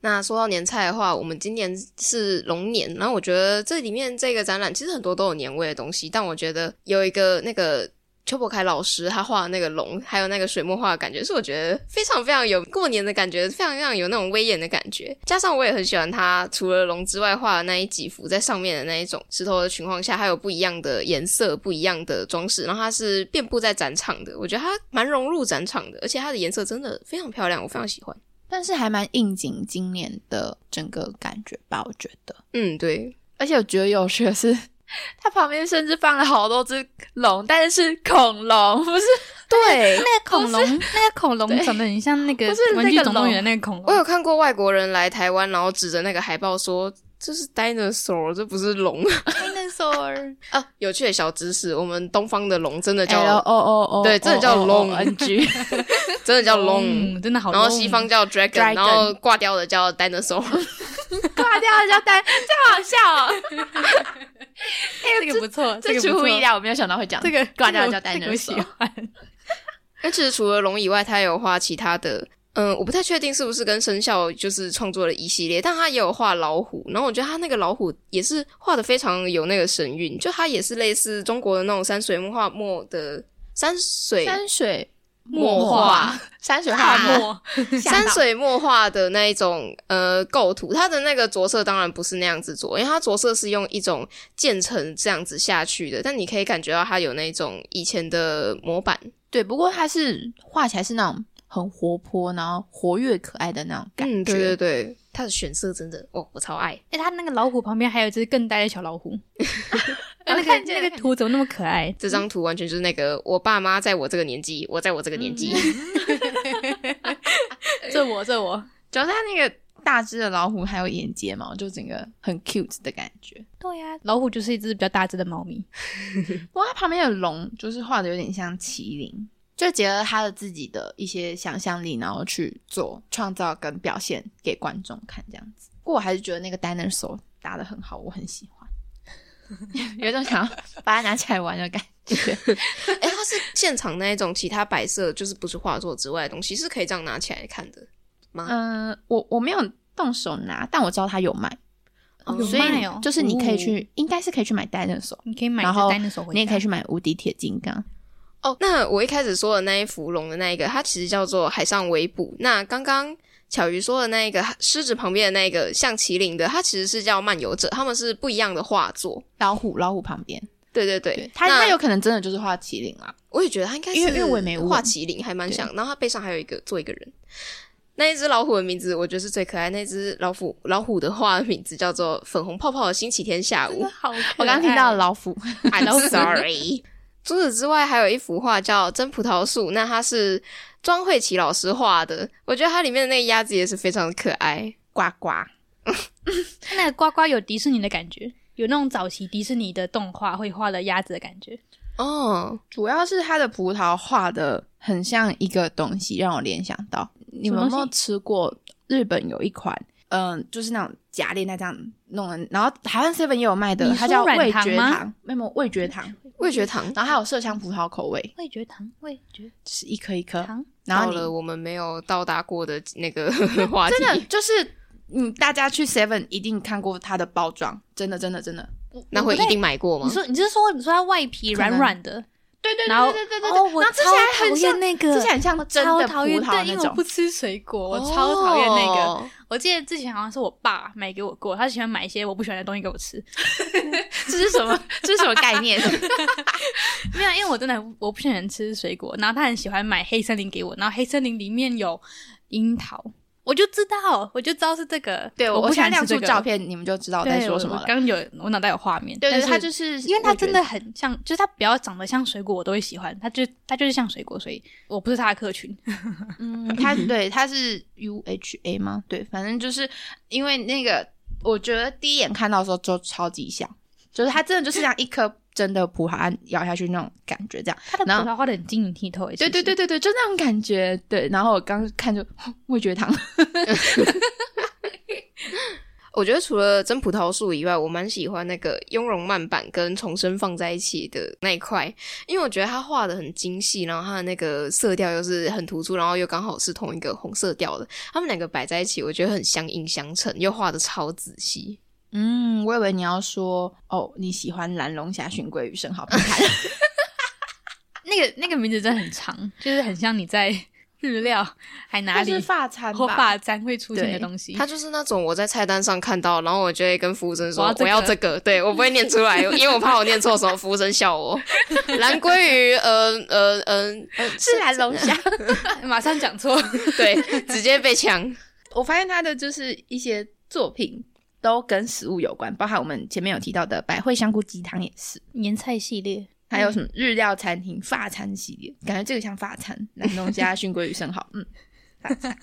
Speaker 4: 那说到年菜的话，我们今年是龙年，然后我觉得这里面这个展览其实很多都有年味的东西，但我觉得有一个那个邱伯凯老师他画的那个龙，还有那个水墨画的感觉，是我觉得非常非常有过年的感觉，非常非常有那种威严的感觉。加上我也很喜欢他除了龙之外画的那一几幅在上面的那一种石头的情况下，还有不一样的颜色、不一样的装饰，然后它是遍布在展场的，我觉得它蛮融入展场的，而且它的颜色真的非常漂亮，我非常喜欢。
Speaker 1: 但是还蛮应景今年的整个感觉吧，我觉得。
Speaker 4: 嗯，对，
Speaker 1: 而且我觉得有趣的是， [LAUGHS] 它旁边甚至放了好多只龙，但是是恐龙，不是？对，
Speaker 3: 那个恐龙， [LAUGHS] 那个恐龙长得很像那个
Speaker 1: 不是那
Speaker 3: 玩具
Speaker 1: 个
Speaker 3: 总动
Speaker 1: 龙
Speaker 3: 员的那个恐龙
Speaker 4: 我。有看过外国人来台湾，然后指着那个海报说：“这是 dinosaur，这不是龙 [LAUGHS]
Speaker 3: dinosaur
Speaker 4: 啊！有趣的小知识，我们东方的龙真的叫
Speaker 1: L O O O，
Speaker 4: 对真的叫 long
Speaker 1: 哦 N G，
Speaker 4: [LAUGHS] 真的叫龙，
Speaker 3: 嗯，真的好
Speaker 4: 然后
Speaker 3: long
Speaker 4: 西方叫 dragon，,
Speaker 1: Dragon
Speaker 4: 然后挂掉的叫 dinosaur。
Speaker 1: [LAUGHS]
Speaker 4: [LAUGHS]
Speaker 1: 挂掉了叫单，这好笑哦。 [LAUGHS] 哎
Speaker 3: 这个不错，
Speaker 1: 这
Speaker 3: 个
Speaker 1: 出
Speaker 3: 不
Speaker 1: 乎
Speaker 3: 错
Speaker 1: 意，料，我没有想到会讲
Speaker 3: 这个
Speaker 1: 挂掉了
Speaker 3: 这
Speaker 1: 叫
Speaker 3: 个
Speaker 1: 单
Speaker 3: 这个我
Speaker 1: 人
Speaker 3: 喜
Speaker 1: 手。
Speaker 3: 欢。
Speaker 4: 那其实除了龙以外，他也有画其他的，嗯，我不太确定是不是跟生肖就是创作了一系列，但他也有画老虎。然后我觉得他那个老虎也是画的非常有那个神韵，就他也是类似中国的那种山水墨画墨的山水
Speaker 1: 山水
Speaker 4: 墨
Speaker 1: 画
Speaker 4: 画，
Speaker 1: 山水
Speaker 3: 大
Speaker 1: 画墨，
Speaker 3: 漠，
Speaker 4: [LAUGHS]
Speaker 1: 吓
Speaker 4: 山
Speaker 1: 到
Speaker 4: 水墨画的那一种呃构图，它的那个着色当然不是那样子着，因为它着色是用一种渐层这样子下去的，但你可以感觉到它有那种以前的模板，
Speaker 1: 对，不过它是画起来是那种很活泼，然后活跃可爱的那种感觉。
Speaker 4: 嗯，对对对，它的选色真的哦，我超爱。
Speaker 3: 哎，他那个老虎旁边还有一只更呆的小老 [LAUGHS] 虎，哎那
Speaker 1: 我
Speaker 3: 个
Speaker 1: 看见了
Speaker 3: 那个图怎么那么可爱？
Speaker 4: 这张图完全就是那个我爸妈在我这个年纪，我在我这个年纪，
Speaker 3: [LAUGHS] 这我这我，
Speaker 1: 主要是它那个大只的老虎还有眼睫毛，就整个很 cute 的感觉。
Speaker 3: 对呀，老虎就是一只比较大只的猫咪，
Speaker 1: 不过它旁边的龙就是画的有点像麒麟，就结合他的自己的一些想象力，然后去做创造跟表现给观众看这样子。不过我还是觉得那个 dinosaur 打的很好，我很喜欢， [LAUGHS] 有一种想要把它拿起来玩的感觉。
Speaker 4: 哎、它是现场那一种，其他摆设就是不是画作之外的东西，是可以这样拿起来看的。
Speaker 1: 嗯、我我没有动手拿，但我知道它有卖，
Speaker 4: 哦
Speaker 3: 有
Speaker 1: 所以
Speaker 3: 卖哦
Speaker 1: 就是你可以去，应该是可以去买 dinosaur，
Speaker 3: 你可以买一
Speaker 1: 然
Speaker 3: 只
Speaker 1: 后
Speaker 3: dinosaur 回家，
Speaker 1: 你也可以去买无敌铁金刚。
Speaker 4: 哦，那我一开始说的那一幅龙的那一个，它其实叫做海上围捕。那刚刚巧鱼说的那一个狮子旁边的那一个像麒麟的，它其实是叫漫游者，他们是不一样的画作。
Speaker 1: 老虎，老虎旁边，
Speaker 4: 对对对，
Speaker 1: 对，它
Speaker 4: 那
Speaker 1: 它有可能真的就是画麒麟啦。
Speaker 4: 我也觉得他应该是
Speaker 1: 因为因为我也没问
Speaker 4: 画麒麟，还蛮像。然后他背上还有一个做一个人。那一只老虎的名字，我觉得是最可爱。那只老虎老虎的画的名字叫做《粉红泡泡的星期天下
Speaker 3: 真
Speaker 4: 午
Speaker 3: 的好可爱，
Speaker 1: 我刚刚听到了老虎，
Speaker 4: [LAUGHS]
Speaker 3: 老虎
Speaker 4: I'm sorry。除此之外，还有一幅画叫《真葡萄树》，那它是庄慧琪老师画的。我觉得它里面的那个鸭子也是非常可爱。
Speaker 1: 呱呱。
Speaker 3: 它那个呱呱有迪士尼的感觉，有那种早期迪士尼的动画会画的鸭子的感觉。
Speaker 4: 哦，
Speaker 1: 主要是它的葡萄画的很像一个东西，让我联想到你们有没
Speaker 3: 什么
Speaker 1: 有
Speaker 3: 东
Speaker 1: 吃过日本有一款，嗯、就是那种假链那这样弄的，然后台湾 seven 也有卖的，
Speaker 3: 你
Speaker 1: 它
Speaker 3: 说
Speaker 1: 叫味
Speaker 3: 软糖
Speaker 1: 觉
Speaker 3: 吗
Speaker 1: 糖，没有没有味觉糖，
Speaker 4: 味
Speaker 3: 嗯
Speaker 4: 觉糖
Speaker 1: 然后还有麝香葡萄口味，
Speaker 3: 味觉糖，味觉
Speaker 1: 就是一颗一颗，
Speaker 3: 糖，
Speaker 1: 然
Speaker 4: 到
Speaker 1: 后
Speaker 4: 了
Speaker 1: 你
Speaker 4: 我们没有到达过的那个 [LAUGHS] 话题
Speaker 1: 真，的就是。嗯，大家去 Seven 一定看过它的包装，真的，真的，真的，
Speaker 4: 那会一定买过吗
Speaker 3: 你？说你是说你说它外
Speaker 1: 嗯
Speaker 3: 皮
Speaker 1: 可能
Speaker 3: 软软的，
Speaker 1: 对对
Speaker 3: 然后
Speaker 1: 对对对对
Speaker 3: 哦，我
Speaker 1: 然后吃起来
Speaker 3: 超
Speaker 1: 很
Speaker 3: 讨厌
Speaker 1: 像，
Speaker 3: 那个，
Speaker 1: 吃起来很像真
Speaker 3: 超
Speaker 1: 的葡
Speaker 3: 讨厌，
Speaker 1: 萄
Speaker 3: 对，
Speaker 1: 那
Speaker 3: 因为我
Speaker 1: 种
Speaker 3: 不，吃水果，我超讨厌那个。
Speaker 4: 哦
Speaker 3: 我记得之前好像是我爸买给我过，他喜欢买一些我不喜欢的东西给
Speaker 1: [LAUGHS]
Speaker 3: 我吃，
Speaker 1: 这是什么？这是什么概念？ [LAUGHS]
Speaker 3: 没有，因为我真的很我不喜欢吃水果，然后他很喜欢买黑森林给我，然后黑森林里面有樱桃，我就知道，我就知道是这个， [LAUGHS]
Speaker 1: 对，我
Speaker 3: 不喜
Speaker 1: 现在
Speaker 3: 欢
Speaker 1: 亮
Speaker 3: 吃
Speaker 1: 出
Speaker 3: 这个
Speaker 1: 照，片，你们就知道我在
Speaker 3: 对
Speaker 1: 说
Speaker 3: 我
Speaker 1: 什么了
Speaker 3: 我。刚有我脑袋有画面，
Speaker 1: 对对，
Speaker 3: 但
Speaker 1: 它就是
Speaker 3: 因为它
Speaker 1: 味觉
Speaker 3: 真的很像，就是它不要长得像水果，我都会喜欢。它就它就是像水果，所以我不是它的客群。
Speaker 1: [LAUGHS] 嗯，它对它是 U H A 吗？对，反正就是因为那个，我觉得第一眼看到的时候就超级像，就是它真的就是像一颗真的葡萄按咬下去那种感觉，这样。
Speaker 3: 它的葡
Speaker 1: 然后
Speaker 3: 萄画的很晶莹剔透，欸
Speaker 1: 对对对，对对，就那种感觉。对，然后我刚看就味觉糖，
Speaker 4: 我觉得除了真葡萄树以外，我蛮喜欢那个雍容慢板跟重生放在一起的那一块，因为我觉得他画的很精细，然后他的那个色调又是很突出，然后又刚好是同一个红色调的，他们两个摆在一起，我觉得很相映相成，又画的超仔细。
Speaker 1: [LAUGHS] 嗯，我以为你要说哦，你喜欢蓝龙虾、寻龟与生蚝 [LAUGHS] 不看。
Speaker 3: 那个那个名字真的很长，就是很像你在日料还哪
Speaker 1: 它
Speaker 3: 里
Speaker 1: 是发餐
Speaker 3: 或
Speaker 1: 吧？
Speaker 3: 发簪会出现
Speaker 1: 对
Speaker 3: 的东西。
Speaker 4: 他就是那种我在菜单上看到，然后我就会跟服务生说
Speaker 3: 我要这个
Speaker 4: 我要这个，对我不会念出来，因为我怕我念错什么，服务生笑我。蓝鲑鱼，呃呃呃，呃
Speaker 1: 是蓝龙虾。
Speaker 3: [LAUGHS] 马上讲错，
Speaker 1: [LAUGHS]
Speaker 4: 对，直接被抢。
Speaker 1: 我发现他的就是一些作品都跟食物有关，包含我们前面有提到的百惠香菇鸡汤也是，
Speaker 3: 年菜系列，
Speaker 1: 还有什啊
Speaker 3: [LAUGHS]
Speaker 1: 么日料餐厅、法餐系列，感觉这个像法餐，南东虾、熏鲑鱼、生蚝，嗯，大家。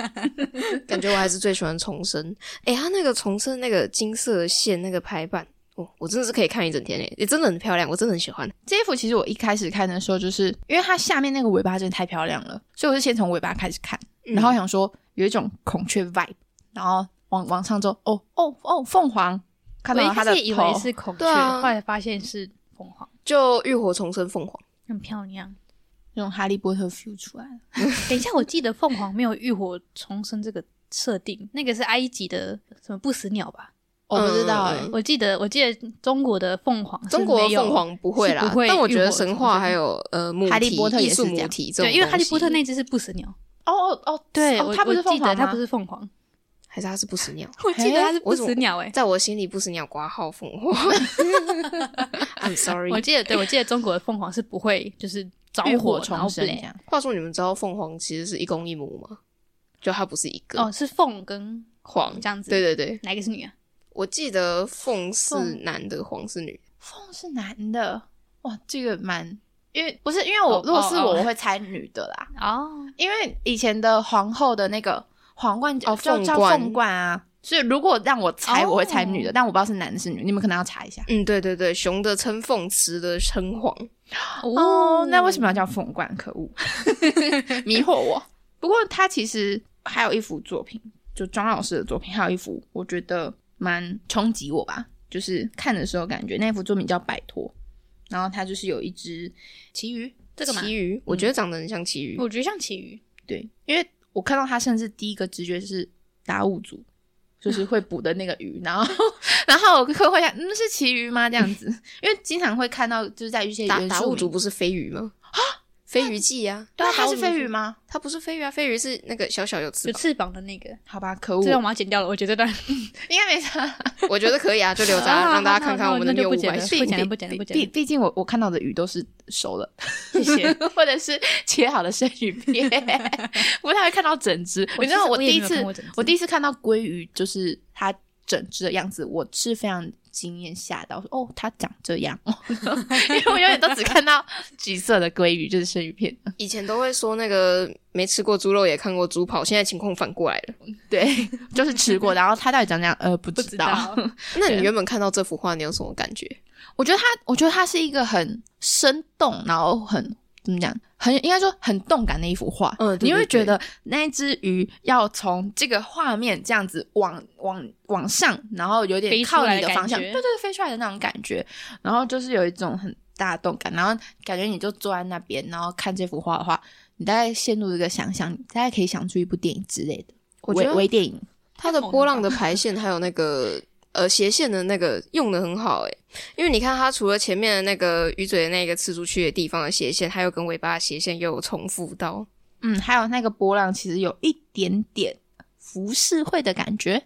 Speaker 4: 感觉我还是最喜欢重生。诶，它那个重生那个金色的线那个排版，哦，我真的是可以看一整天诶，也真的很漂亮，我真的很喜欢。
Speaker 1: 这一幅其实我一开始看的时候，就是因为它下面那个尾巴真的太漂亮了，所以我是先从尾巴开始看，
Speaker 4: 嗯
Speaker 1: 然后想说有一种孔雀 vibe，然后往往上走，哦哦哦，凤凰，看
Speaker 3: 我
Speaker 1: 到
Speaker 3: 一
Speaker 1: 了它
Speaker 3: 开
Speaker 1: 的
Speaker 3: 始以为
Speaker 1: 头
Speaker 3: 是孔雀，
Speaker 4: 对啊
Speaker 3: 后来发现是凤凰，
Speaker 4: 就浴火重生凤凰，
Speaker 3: [LAUGHS] 很漂亮。
Speaker 1: 那种哈利波特 feel 出来了。
Speaker 3: 等一下，我记得凤凰没有浴火重生这个设定，那个是埃及的什么不死鸟吧？
Speaker 1: 我不知道哎、
Speaker 4: 嗯
Speaker 3: 我记得，我记得中国的凤凰，
Speaker 4: 中国凤。凰不会
Speaker 3: 是
Speaker 4: 啦，
Speaker 3: [LAUGHS] 不会
Speaker 4: 但我觉
Speaker 3: 浴
Speaker 4: 得
Speaker 3: 火重
Speaker 4: 神话
Speaker 3: 生
Speaker 4: 还有呃母
Speaker 1: 哈利
Speaker 4: 题
Speaker 1: 波特也
Speaker 4: 艺
Speaker 1: 是
Speaker 4: 术
Speaker 1: 这
Speaker 4: 母
Speaker 1: 样
Speaker 4: 题这种
Speaker 3: 对，因为哈利
Speaker 4: 东
Speaker 3: 波特
Speaker 4: 西
Speaker 3: 那只是不死鸟，
Speaker 1: 哦哦哦，
Speaker 3: 对，
Speaker 1: 哦
Speaker 3: 我
Speaker 1: 它不是
Speaker 3: 我
Speaker 1: 凤
Speaker 3: 记得
Speaker 1: 凰
Speaker 3: 它
Speaker 1: 吗
Speaker 3: 不是凤凰，
Speaker 4: 还是它是不死
Speaker 3: [LAUGHS]
Speaker 4: 鸟，
Speaker 3: 我记得它是
Speaker 4: 我
Speaker 3: 不
Speaker 4: 怎
Speaker 3: 死
Speaker 4: 么
Speaker 3: 鸟哎、
Speaker 4: 在我心里不死鸟挂号凤
Speaker 3: [LAUGHS]
Speaker 4: 凰。I'm
Speaker 3: 哎我
Speaker 4: sorry。
Speaker 3: 记得，对我记得中国的凤凰是不会就是着
Speaker 1: 浴
Speaker 3: 火
Speaker 1: 火重生这
Speaker 3: 然后
Speaker 1: 样。
Speaker 4: 话说你们知道凤凰其实是一公一母吗？就它不是一个
Speaker 3: bleh 哦，是凤跟
Speaker 4: 凰
Speaker 3: 这样子，
Speaker 4: 对对对，
Speaker 3: 哪一个是女啊？
Speaker 4: 我记得凤是
Speaker 1: 凤
Speaker 4: 男的，凰是女。
Speaker 1: 凤是男的，哇，这个蛮，因为不是因为我、
Speaker 3: 哦
Speaker 1: 如果是
Speaker 3: 哦
Speaker 1: 我，
Speaker 3: 哦
Speaker 1: 我会猜女的啦，
Speaker 3: 哦，
Speaker 1: 因为以前的皇后的那个皇冠叫
Speaker 4: 哦
Speaker 1: 叫
Speaker 4: 凤
Speaker 1: 叫
Speaker 4: 冠
Speaker 1: 凤冠啊，所以如果让我猜，
Speaker 3: 哦
Speaker 1: 我会猜女的，但我不知道是男的是女，你们可能要查一下。
Speaker 4: 嗯，对对对，雄的称凤，雌的称凰。
Speaker 1: 哦，那为什么要叫凤冠？可
Speaker 4: [LAUGHS]
Speaker 1: 恶，迷惑我。不过他其实还有一幅作品，就庄老师的作品，还有一幅我觉得蛮冲击我吧，就是看的时候感觉那幅作品叫《摆脱》，然后它就是有一只旗鱼，
Speaker 3: 这个嘛？
Speaker 4: 旗鱼，我觉得长得很像旗鱼。
Speaker 3: 我觉得像旗鱼，
Speaker 1: 对，因为我看到他，甚至第一个直觉是达悟族，就是会捕的那个鱼，然后 [LAUGHS] 然后我客户想，嗯，是旗鱼吗？这样子，因为经常会看到就是在一些
Speaker 4: 达
Speaker 1: 原
Speaker 4: 达
Speaker 1: 住
Speaker 4: 悟
Speaker 1: 民
Speaker 4: 族，不是飞鱼吗？啊，飞鱼记啊，
Speaker 1: 对啊，
Speaker 3: 达
Speaker 1: 它
Speaker 3: 悟
Speaker 1: 是
Speaker 3: 族
Speaker 1: 飞
Speaker 3: 是
Speaker 1: 鱼吗？
Speaker 4: 它不是飞鱼啊，飞鱼是那个小小有翅
Speaker 3: 有
Speaker 4: 膀。
Speaker 3: 翅膀的那个，
Speaker 1: 好吧，可恶，
Speaker 3: 这段我要剪掉了。我觉得这段
Speaker 1: 应该没啥。
Speaker 4: 我觉得可以啊， [LAUGHS] 就留着
Speaker 3: 啊
Speaker 4: 啊让大家
Speaker 3: 那
Speaker 4: 看看
Speaker 3: 那
Speaker 4: 我们的
Speaker 3: 那就
Speaker 4: 谬误
Speaker 3: 不剪
Speaker 4: 百
Speaker 3: 了 [LAUGHS]
Speaker 4: 出。
Speaker 3: 不剪了，不剪了，不剪
Speaker 1: 毕
Speaker 3: 了。
Speaker 1: 毕竟我我看到的鱼都是熟了，
Speaker 3: [LAUGHS] 谢谢。
Speaker 1: [LAUGHS] 或者是切好的生鱼
Speaker 3: [LAUGHS]
Speaker 1: 片，不太会看到整只。
Speaker 3: 我
Speaker 1: 你知道
Speaker 3: 其实
Speaker 1: 我
Speaker 3: 我也
Speaker 1: 第一
Speaker 3: 没有
Speaker 1: 次
Speaker 3: 看过整只
Speaker 1: 我第一次看到鲑鱼，就是它整只的样子，我是非常惊艳吓到，说哦，它长这样， [LAUGHS] 因为我永远都只看到橘色的鲑鱼，就是生鱼片。
Speaker 4: 以前都会说那个没吃过猪肉也看过猪跑，现在情况反过来了。
Speaker 1: 对， [LAUGHS] 就是吃过，然后它到底长这样，呃，不
Speaker 3: 不
Speaker 1: 知
Speaker 3: 知
Speaker 1: 道。
Speaker 3: 道，
Speaker 4: 那你原本看到这幅画，你有什么感觉？
Speaker 1: 我觉得它，我觉得它是一个很生动，然后很怎么讲，很应该说很动感的一幅画。
Speaker 4: 嗯对
Speaker 1: 你会
Speaker 4: 对对
Speaker 1: 觉得那一只鱼要从这个画面这样子往往往上，然后有点
Speaker 3: 飞出
Speaker 1: 靠
Speaker 3: 来
Speaker 1: 你的
Speaker 3: 的感
Speaker 1: 方向，
Speaker 3: 觉
Speaker 1: 对对，对飞出来的那种感觉，然后就是有一种很大的动感，然后感觉你就坐在那边，然后看这幅画的话，你大概陷入一个想象，你大概可以想出一部电影之类的，
Speaker 4: 我觉
Speaker 1: 微
Speaker 4: 得
Speaker 1: 微电影。
Speaker 4: 它的波浪的排线还有那个呃斜线的那个用的很好诶、欸因为你看它除了前面的那个鱼嘴的那个刺出去的地方的斜线，还有跟尾巴的斜线又有重复到，
Speaker 1: 嗯，还有那个波浪，其实有一点点浮世绘的感觉。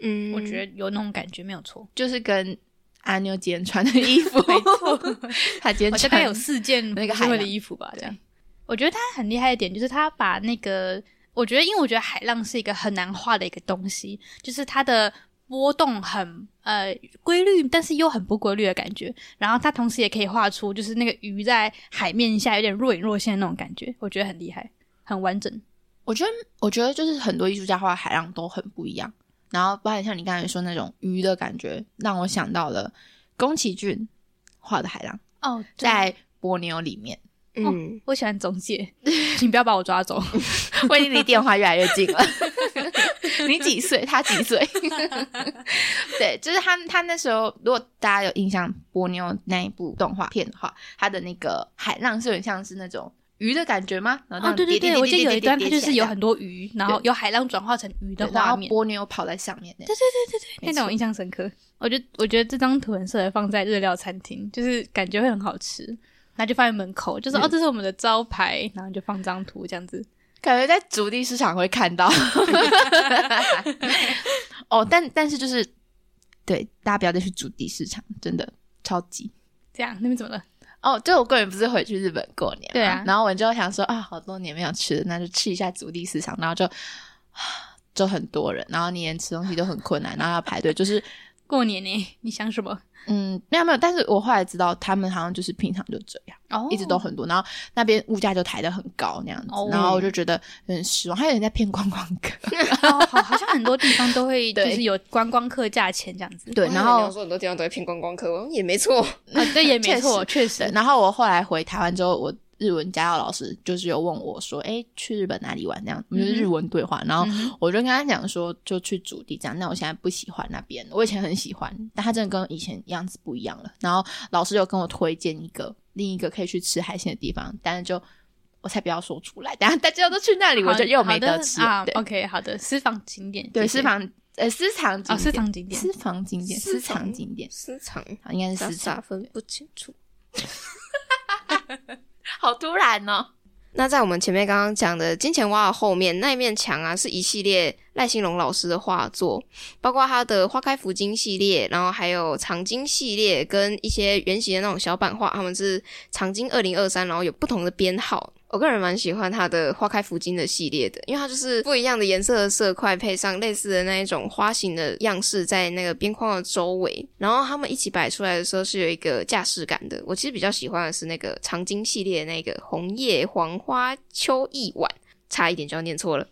Speaker 4: 嗯，
Speaker 3: [LAUGHS] 我觉得有那种感觉，没有错。
Speaker 1: 就是跟阿妞今天穿的衣服，
Speaker 3: 没错，
Speaker 1: [LAUGHS] 她今天
Speaker 3: 我大
Speaker 1: 穿
Speaker 3: 概有四件
Speaker 1: 那
Speaker 3: 那
Speaker 1: 个
Speaker 3: 个
Speaker 1: 海浪
Speaker 3: 海会的衣服吧，这样。我觉得他很厉害的点就是他把那个，我觉得因为我觉得海浪是一个很难画的一个东西，就是它的波动很呃规律，但是又很不规律的感觉。然后它同时也可以画出就是那个鱼在海面下有点若隐若现的那种感觉，我觉得很厉害，很完整。
Speaker 1: 我觉得，我觉得就是很多艺术家画海浪都很不一样。然后，包含像你刚才说那种鱼的感觉，让我想到了宫崎骏画的海浪，
Speaker 3: 哦，
Speaker 1: 在波妞里面。
Speaker 4: 嗯，
Speaker 3: 我喜欢总介，请不要把我抓走。
Speaker 1: 我已经离电话越来越近了。
Speaker 3: [LAUGHS]
Speaker 1: 你几岁？他几岁？ [LAUGHS] 对，就是他。他那时候，如果大家有印象，波妞那一部动画片的话，他的那个海浪是很像是那种鱼的感觉吗？然后
Speaker 3: 哦，对对对，我记得有一段它就是有很
Speaker 1: 多
Speaker 3: 多鱼，然后有海浪转化成鱼的
Speaker 1: 然
Speaker 3: 画
Speaker 1: 后
Speaker 3: 面。
Speaker 1: 波妞跑在上面那。
Speaker 3: 那种印象深刻。我觉得我觉得这张图很适合放在日料餐厅，就是感觉会很好吃。然后就放在门口，就是、哦，这是我们的招牌，然后你就放张图这样子。
Speaker 1: 感觉在主力市场会看到。 [LAUGHS] 哦，但但是就是，对，大家不要再去主力市场，真的超级。
Speaker 3: 这样那边怎么了？
Speaker 1: 哦，就我个人不是回去日本过年嘛，
Speaker 3: 对啊
Speaker 1: 然后我就想说啊，好多年没有吃了，那就吃一下足地市场， [SIGHS] 然后就啊就很多人，然后你连吃东西都很困难，然后要排队，就是
Speaker 3: 过年呢，你想什么？
Speaker 1: 嗯，没有没有，但是我后来知道他们好像就是平常就这样，
Speaker 3: 哦
Speaker 1: 一直 [LAUGHS] 都很多，然后那边物价就抬得很高那样子，
Speaker 3: 哦
Speaker 1: 然后我就觉得很失望，还有人在骗观光客，
Speaker 3: 哦，好，好像很多地方都会 [LAUGHS] 就
Speaker 1: 对
Speaker 3: 是有观光客价钱这样子。
Speaker 1: 对，
Speaker 4: 我以为
Speaker 1: 然
Speaker 4: 你
Speaker 1: 后
Speaker 4: 要说很多地方都会骗观光客，我说也没错。
Speaker 3: 啊，对，也
Speaker 1: 确
Speaker 3: 没
Speaker 1: 实
Speaker 3: 错，确实
Speaker 1: 对，。然后我后来回台湾之后，我日文家教老师就是有问我说：“哎，去日本哪里玩？”那样，我
Speaker 3: 嗯
Speaker 1: 们就是日文对话。然后我就跟他讲说，就去主地这样。那我现在不喜欢那边，我以前很喜欢，但他真的跟以前样子不一样了。然后老师有跟我推荐一个另一个可以去吃海鲜的地方，但是就我才不要说出来。等下大家都去那里，我
Speaker 3: 好
Speaker 1: 就又没
Speaker 3: 好
Speaker 1: 得
Speaker 3: 的
Speaker 1: 吃。
Speaker 3: 啊
Speaker 1: 对。
Speaker 3: OK，好的，私房景点，
Speaker 1: 对，
Speaker 3: 谢谢
Speaker 1: 私房呃私藏景
Speaker 3: 哦，私
Speaker 1: 点
Speaker 3: 房景点，
Speaker 1: 私房景点私
Speaker 4: 私
Speaker 1: 藏
Speaker 4: 藏
Speaker 1: 景点，
Speaker 4: 私藏，
Speaker 1: 好应该是
Speaker 4: 傻
Speaker 1: 私藏
Speaker 4: 傻，分不清楚。
Speaker 1: 好突然哦。
Speaker 4: 那在我们前面刚刚讲的金钱蛙的后面那一面墙啊，是一系列赖兴龙老师的画作，包括他的花开福金系列，然后还有长金系列跟一些圆形的那种小版画，他们是长金二零二三，然后有不同的编号。我个人蛮喜欢他的花开福金的系列的，因为它就是不一样的颜色的色块配上类似的那一种花形的样式在那个边框的周围，然后他们一起摆出来的时候是有一个架势感的。我其实比较喜欢的是那个长金系列的那个红叶黄花秋意晚，差一点就要念错了。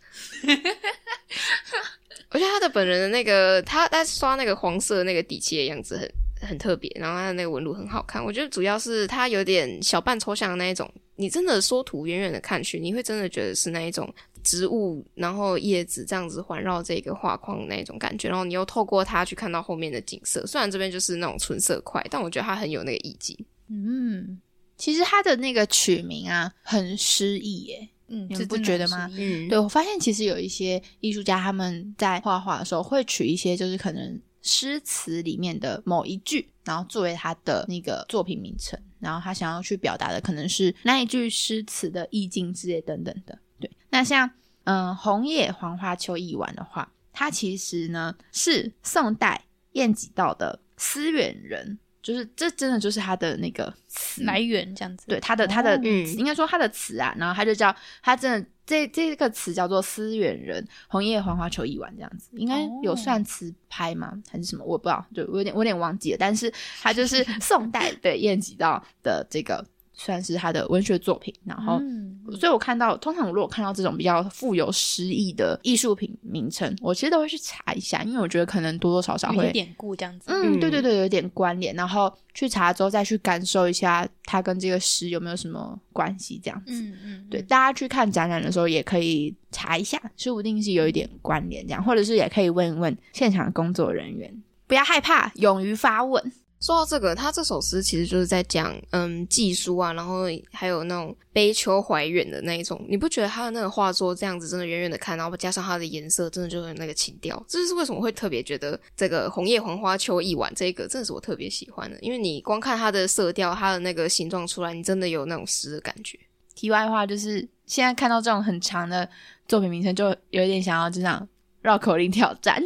Speaker 4: 我觉得他的本人的那个他在刷那个黄色那个底漆的样子很很特别，然后他的那个纹路很好看。我觉得主要是他有点小半抽象的那一种，你真的缩图远远的看去，你会真的觉得是那一种植物，然后叶子这样子环绕这个画框的那一种感觉，然后你又透过它去看到后面的景色。虽然这边就是那种纯色块，但我觉得它很有那个意境。
Speaker 3: 嗯
Speaker 1: 其实他的那个取名啊，很诗意耶。
Speaker 3: 嗯，
Speaker 1: 你们
Speaker 3: 这
Speaker 1: 不
Speaker 3: 真的
Speaker 1: 觉得
Speaker 3: 很
Speaker 1: 吗
Speaker 3: 诗意？
Speaker 4: 嗯
Speaker 1: 对我发现，其实有一些艺术家他们在画画的时候，会取一些就是可能诗词里面的某一句，然后作为他的那个作品名称，然后他想要去表达的可能是那一句诗词的意境之类等等的。对，那像嗯、呃红叶黄花秋意晚》的话，它其实呢是宋代晏几道的思远人，就是这真的就是他的那个词
Speaker 3: 来源这样子，
Speaker 1: 对他的他的、
Speaker 3: 哦
Speaker 1: 嗯
Speaker 4: 嗯，
Speaker 1: 应该说他的词啊，然后他就叫他真的这这个词叫做“思远人红叶黄花秋意晚”这样子，应该
Speaker 3: 哦
Speaker 1: 有算词拍吗？还是什么？我不知道，就我有点我有点忘记了。但是他就是
Speaker 3: [LAUGHS]
Speaker 1: 宋代对晏几道的这个算是他的文学作品，然后。
Speaker 3: 嗯
Speaker 1: 所以，我看到通常我如果看到这种比较富有诗意的艺术品名称，我其实都会去查一下，因为我觉得可能多多少少
Speaker 3: 有
Speaker 1: 会
Speaker 3: 一典故这样子，
Speaker 1: 嗯，对
Speaker 4: 嗯
Speaker 1: 对对，有点关联。然后去查之后再去感受一下它跟这个诗有没有什么关系，这样子。
Speaker 3: 嗯嗯，
Speaker 1: 对，
Speaker 3: 嗯，
Speaker 1: 大家去看展览的时候也可以查一下，说不定是有一点关联这样，或者是也可以问一问现场的工作人员，不要害怕，勇于发问。
Speaker 4: 说到这个，他这首诗其实就是在讲，嗯，寄书啊，然后还有那种悲秋怀远的那一种。你不觉得他的那个画作这样子，真的远远的看，然后加上它的颜色，真的就有那个情调。这就是为什么会特别觉得这个红叶黄花秋一晚这个，真的是我特别喜欢的，因为你光看它的色调，它的那个形状出来，你真的有那种诗的感觉。
Speaker 1: 题外话就是，现在看到这种很长的作品名称，就有点想要这样绕口令挑战。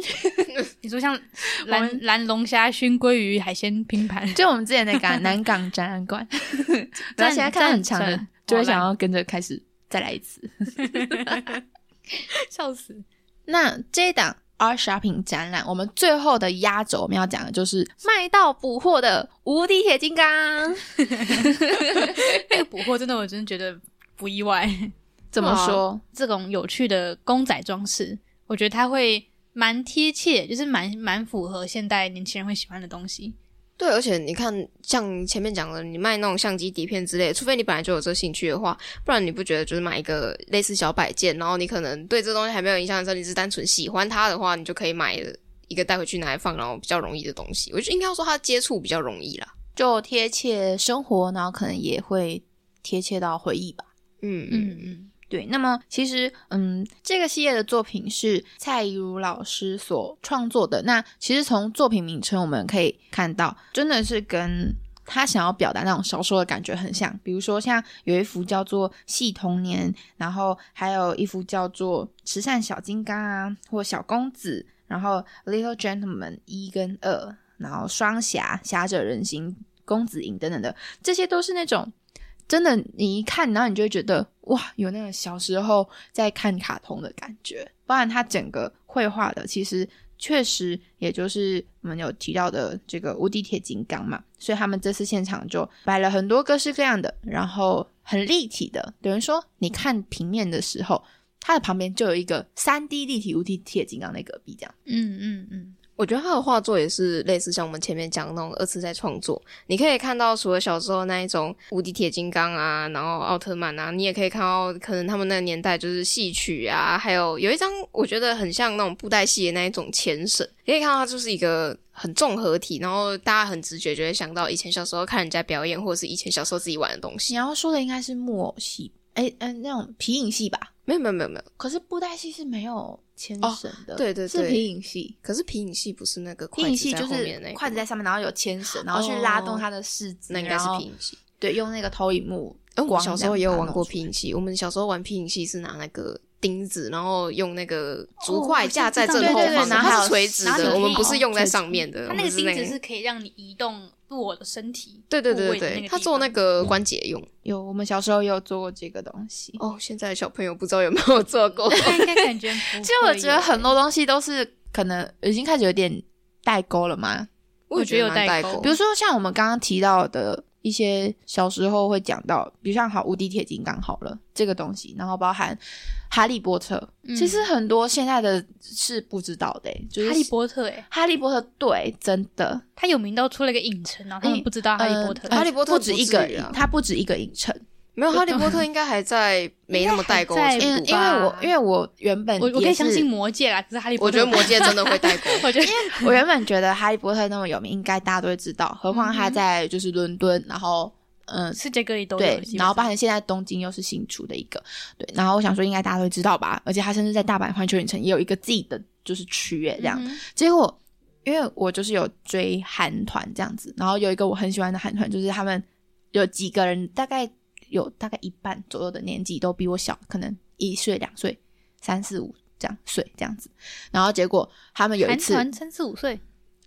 Speaker 3: 你说像蓝蓝龙虾、熏鲑鱼、海鲜拼盘，
Speaker 1: 就我们之前那个啊南港展览
Speaker 3: [LAUGHS]
Speaker 1: 馆， [LAUGHS] 然后现在看到很长的
Speaker 3: 赞，
Speaker 1: 就会想要跟着开始再来一次。
Speaker 3: [LAUGHS] 笑死，
Speaker 1: 那这一档 R Shopping 展览，我们最后的压轴我们要讲的就是卖到补货的无敌铁金刚。
Speaker 3: 那个捕获真的我真的觉得不意外。
Speaker 1: 怎么说？
Speaker 3: [LAUGHS] 这种有趣的公仔装饰，我觉得它会蛮贴切，就是蛮蛮符合现代年轻人会喜欢的东西。
Speaker 4: 对，而且你看，像前面讲的，你卖那种相机底片之类，除非你本来就有这兴趣的话，不然你不觉得就是买一个类似小摆件，然后你可能对这东西还没有印象的时候，你是单纯喜欢它的话，你就可以买一个带回去拿来放，然后比较容易的东西。我觉得应该要说它接触比较容易啦。
Speaker 1: 就贴切生活，然后可能也会贴切到回忆吧。
Speaker 4: 嗯
Speaker 3: 嗯嗯，
Speaker 1: 对，那么其实，嗯，这个系列的作品是蔡宜如老师所创作的。那其实从作品名称我们可以看到，真的是跟他想要表达那种小说的感觉很像。比如说，像有一幅叫做《戏童年》，然后还有一幅叫做《慈善小金刚》啊，或《小公子》，然后《Little Gentleman》一跟二，然后《双侠》《侠者仁心》《公子营》等等的，这些都是那种真的，你一看，然后你就会觉得哇，有那个小时候在看卡通的感觉。包含它整个绘画的，其实确实，也就是我们有提到的这个无敌铁金刚嘛，所以他们这次现场就摆了很多各式各样的，然后很立体的。有人说，你看平面的时候，它的旁边就有一个三 D 立体无敌铁金刚在隔壁，这样。
Speaker 3: 嗯嗯嗯，
Speaker 4: 我觉得他的画作也是类似像我们前面讲的那种二次再创作。你可以看到，除了小时候那一种无敌铁金刚啊，然后奥特曼啊，你也可以看到，可能他们那个年代就是戏曲啊，还有有一张我觉得很像那种布袋戏的那一种前身，你可以看到它就是一个很综合体，然后大家很直觉就会想到以前小时候看人家表演，或者是以前小时候自己玩的东
Speaker 1: 你
Speaker 4: 西。啊
Speaker 1: 要说的应该是木偶戏，哎嗯、呃那种皮影戏吧？
Speaker 4: 没有没有没有没有，
Speaker 1: 可是布袋戏是没有牵绳的、
Speaker 4: 哦对对
Speaker 1: 是
Speaker 4: 对
Speaker 1: 皮影戏。
Speaker 4: 可是皮影戏不是那个
Speaker 1: 皮
Speaker 4: 筷
Speaker 1: 影
Speaker 4: 子
Speaker 1: 戏
Speaker 4: 在
Speaker 1: 就
Speaker 4: 后
Speaker 1: 是
Speaker 4: 面的那个
Speaker 1: 筷子在
Speaker 4: 吗
Speaker 1: 上面，然后有牵绳，然后去拉动它的四肢，
Speaker 4: 那应该是
Speaker 1: 然后
Speaker 4: 皮影戏。
Speaker 1: 对，用那个投影幕
Speaker 4: 哎、
Speaker 1: 光这样把它弄出来。
Speaker 4: 我小时候也有玩过皮影戏。我们小时候玩皮影戏是拿那个钉子，然后用那个竹筷架在正后
Speaker 1: 对对
Speaker 4: 方
Speaker 1: 对
Speaker 4: 的，
Speaker 1: 然后还
Speaker 4: 它
Speaker 1: 有
Speaker 4: 是垂直
Speaker 1: 然后你
Speaker 4: 的，
Speaker 1: 可以
Speaker 4: 我们不是用在上面的。
Speaker 3: 它那个
Speaker 4: 我
Speaker 3: 钉
Speaker 4: 们是
Speaker 3: 子是可以让你移动我的身体
Speaker 4: 对对对
Speaker 3: 部位
Speaker 4: 对
Speaker 3: 的
Speaker 4: 对，
Speaker 3: 个
Speaker 4: 他
Speaker 3: 地
Speaker 4: 做那
Speaker 3: 方
Speaker 4: 个关节用。
Speaker 1: 有，我们小时候也有做过这个东西。
Speaker 4: 哦，现在的小朋友不知道有没有做
Speaker 3: [LAUGHS]
Speaker 4: 过。
Speaker 3: 那应该感觉不会有，
Speaker 1: 其实我觉得
Speaker 4: 欸
Speaker 1: 很多东西都是可能已经开始有点代沟了嘛，
Speaker 4: 我也觉得
Speaker 3: 我觉得
Speaker 4: 蛮
Speaker 3: 有代
Speaker 4: 代
Speaker 3: 沟
Speaker 4: 沟，
Speaker 1: 比如说像我们刚刚提到的一些小时候会讲到，比如像好无敌铁金刚好了这个东西，然后包含哈利波特，
Speaker 3: 嗯
Speaker 1: 其实很多现在的是不知道的欸、就是
Speaker 3: 哈利波特哎，
Speaker 1: 哈利波特对，真的，
Speaker 3: 他有名到出了一个影城，然后他
Speaker 1: 哎
Speaker 3: 们不知啊道哈利波特，
Speaker 1: 呃
Speaker 4: 哈利波特
Speaker 1: 不止一个
Speaker 4: 不至于啊，
Speaker 1: 它不止一个影城，
Speaker 4: 没有哈利波特应该还在没那么代沟的
Speaker 3: 应该还
Speaker 1: 因
Speaker 4: 程
Speaker 1: 为因
Speaker 4: 度吧。
Speaker 1: 为我因为我原本
Speaker 3: 我我可
Speaker 1: 也
Speaker 3: 以
Speaker 1: 是
Speaker 3: 相
Speaker 1: [LAUGHS]
Speaker 3: 信魔戒啦，可是哈利波
Speaker 4: 我
Speaker 3: 特
Speaker 4: 觉得魔戒真的会代沟。
Speaker 3: [LAUGHS] 我觉得
Speaker 1: 我原本觉得哈利波特那么有名，应该大家都会知道，何况他
Speaker 3: 嗯哼
Speaker 1: 在就是伦敦，然后嗯、
Speaker 3: 世界各地都有，
Speaker 1: 对
Speaker 3: 基，本
Speaker 1: 然后
Speaker 3: 上
Speaker 1: 包含现在东京又是新出的一个，对，然后我想说应该大家都会知道吧，而且他甚至在大阪环球影城也有一个自己的就是区耶这样，
Speaker 3: 嗯哼
Speaker 1: 结果因为我就是有追韩团这样子，然后有一个我很喜欢的韩团，就是他们有几个人大概有大概一半左右的年纪都比我小，可能一岁、两岁、三四五这样岁这样子，然后结果他们有一
Speaker 3: 韩
Speaker 1: 次。
Speaker 3: 团三四五岁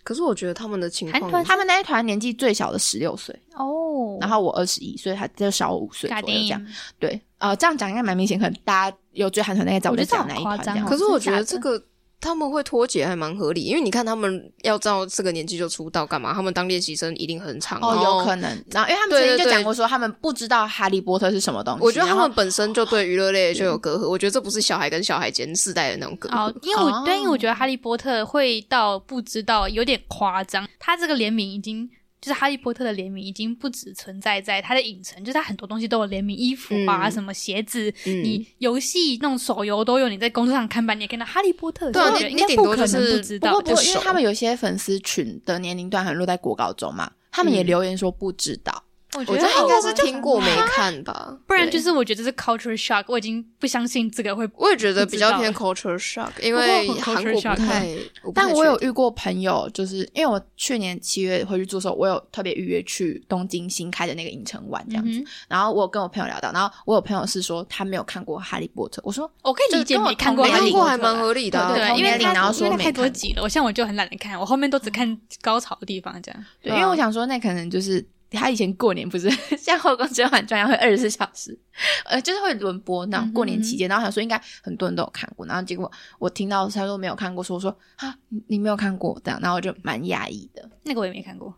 Speaker 4: 可是我觉得他们的情
Speaker 3: 韩
Speaker 4: 况
Speaker 3: 团
Speaker 1: 他们那一团年纪最小的十六岁，
Speaker 3: 哦
Speaker 1: 然后我二十一，所以他就小我五岁
Speaker 3: 嘎
Speaker 1: 左右这样。
Speaker 3: 丁
Speaker 1: 对，呃，这样讲应该蛮明显，可能大家有追韩团大概知道
Speaker 3: 我觉
Speaker 1: 在
Speaker 3: 得这
Speaker 1: 讲
Speaker 3: 样
Speaker 1: 哪一
Speaker 3: 夸
Speaker 1: 团这
Speaker 3: 张
Speaker 1: 样。
Speaker 3: 哦
Speaker 4: 可是我觉得这
Speaker 3: 真的
Speaker 4: 个他们会脱节还蛮合理，因为你看他们要到这个年纪就出道干嘛？他们当练习生一定很长
Speaker 1: 哦，有可
Speaker 4: 能。
Speaker 1: 能，然后因为他们
Speaker 4: 对
Speaker 1: 曾经
Speaker 4: 对
Speaker 1: 就讲
Speaker 4: 对
Speaker 1: 过说他们不知道哈利波特是什么东西，
Speaker 4: 我觉得他
Speaker 1: 然后
Speaker 4: 们本身就对娱乐类就有隔阂，我觉得这不是小孩跟小孩间世代的那种隔阂
Speaker 3: 哦。，因为我、对，因为
Speaker 1: 哦
Speaker 3: 我觉得《哈利波特》会到不知道有点夸张，它这个联名已经就是《哈利波特》的联名已经不只存在在它的影城，就是它很多东西都有联名，衣服啊、
Speaker 4: 嗯
Speaker 3: 什么鞋子，
Speaker 4: 嗯
Speaker 3: 你游戏那种手游都有，你在工作上看板你也看到《哈利波特》
Speaker 4: 对啊
Speaker 3: 所以我觉得
Speaker 4: 你你
Speaker 3: 应该
Speaker 4: 顶
Speaker 3: 不
Speaker 4: 多
Speaker 3: 可
Speaker 4: 就
Speaker 3: 能
Speaker 4: 是
Speaker 3: 不知
Speaker 1: 不
Speaker 3: 道
Speaker 1: 过
Speaker 3: 的
Speaker 1: 不过，因为
Speaker 4: 熟
Speaker 1: 他们有些粉丝群的年龄段很落在国高中嘛，他们也
Speaker 4: 嗯
Speaker 1: 留言说不知道。
Speaker 3: 嗯我
Speaker 4: 我
Speaker 3: 觉
Speaker 4: 觉
Speaker 3: 得
Speaker 4: 得
Speaker 3: 好
Speaker 4: 应该是
Speaker 3: 夸张哦
Speaker 4: 听过没看吧。
Speaker 3: 不然就是我觉得这是 culture shock，我已经不相信这个会。
Speaker 4: [LAUGHS] 我也觉得
Speaker 3: 不
Speaker 4: 比
Speaker 3: 知道欸
Speaker 4: 较偏 culture shock，因
Speaker 3: 过
Speaker 4: 为
Speaker 3: 我 culture
Speaker 4: 韩国不
Speaker 3: shock 啊
Speaker 4: 太。不太
Speaker 1: 但我有
Speaker 4: 确定
Speaker 1: 遇过朋友，就是因为我去年七月回去住的时候，我有特别预约去东京新开的那个影城玩这样子。
Speaker 3: 嗯哼
Speaker 1: 然后我有跟我朋友聊到，然后我有朋友是说他没有看过《哈利波特》，我说
Speaker 3: 我可以理
Speaker 1: 就是
Speaker 3: 解
Speaker 1: 跟我
Speaker 3: 没看过
Speaker 1: 同年
Speaker 3: 《哈
Speaker 4: 没
Speaker 1: 龄
Speaker 3: 利
Speaker 4: 看
Speaker 3: 波
Speaker 4: 过
Speaker 3: 特
Speaker 4: 还蛮合理的啊、
Speaker 1: 对
Speaker 3: 对，
Speaker 1: 同
Speaker 3: 因为
Speaker 1: 年龄
Speaker 3: 它
Speaker 1: 然后
Speaker 3: 因为
Speaker 1: 说
Speaker 3: 它
Speaker 1: 没
Speaker 3: 太多
Speaker 1: 看
Speaker 3: 集了，我像我就很懒得看，我后面都只看高潮的地方这样。
Speaker 1: 对，
Speaker 4: 对啊
Speaker 1: 因为我想说，那可能就是他以前过年不是 [LAUGHS] 像《后宫甄嬛传》一样会二十四小时， [LAUGHS] 呃，就是会轮播那种过年期间。然后想说应该很多人都有看过，然后结果我听到他说没有看过，说我说啊你你没有看过这样，然后我就蛮压抑的。
Speaker 3: 那个我也没看过，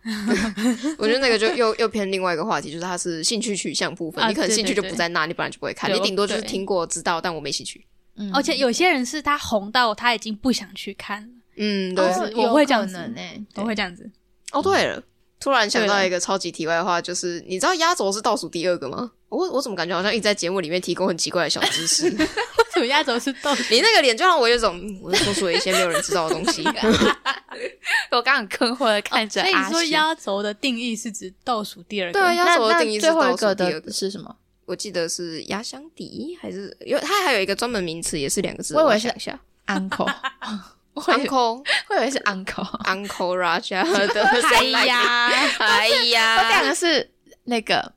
Speaker 4: 我觉得那个就又又偏另外一个话题，就是它是兴趣取向部分，
Speaker 3: 啊
Speaker 4: 你可能
Speaker 3: 对
Speaker 4: 兴趣
Speaker 3: 对
Speaker 4: 就
Speaker 3: 对
Speaker 4: 不在那，你本来就不会看，
Speaker 3: 对
Speaker 4: 你顶多就是
Speaker 3: 对
Speaker 4: 听过知道，但我没兴趣。
Speaker 1: 嗯
Speaker 3: 而且有些人是他红到他已经不想去看了，
Speaker 4: 嗯，对。
Speaker 1: 哦
Speaker 3: 我会这样
Speaker 1: 有可
Speaker 3: 子
Speaker 1: 能欸
Speaker 3: 我
Speaker 1: 对
Speaker 3: 会这 [LAUGHS] 样子。
Speaker 4: 哦，对了，突然想
Speaker 3: 对
Speaker 4: 到
Speaker 3: 了
Speaker 4: 一个超级题外话，就是你知道压轴是倒数第二个吗？我我怎么感觉好像一直在节目里面提供很奇怪的小知识？ [LAUGHS] 你
Speaker 3: 为什么压轴是豆？
Speaker 4: 那个脸就让我有一种，嗯我说出了一些没有人知道的东西。
Speaker 1: 哦我刚刚很困惑的看着
Speaker 3: 哦所以
Speaker 1: 阿
Speaker 3: 你说
Speaker 1: 星
Speaker 3: 压轴的定义是指倒数第二个？
Speaker 4: 对啊，压
Speaker 1: 那
Speaker 4: 轴的
Speaker 1: 那
Speaker 4: 定义是
Speaker 1: 最后
Speaker 4: 倒
Speaker 1: 一
Speaker 4: 数
Speaker 1: 个
Speaker 4: 第二个
Speaker 1: 的，是什么？
Speaker 4: 我记得是压箱底还是有它还有一个专门名词，也是两个字。
Speaker 1: 我以为
Speaker 4: 要
Speaker 1: 是
Speaker 4: 想一下
Speaker 1: uncle，我以为
Speaker 4: uncle 啊
Speaker 1: 我以为是 uncle，
Speaker 4: uncle Raja 的，
Speaker 3: 哎，呀，
Speaker 4: 哎
Speaker 1: 这
Speaker 4: [LAUGHS]
Speaker 1: 两
Speaker 4: 呀，
Speaker 1: 个是那个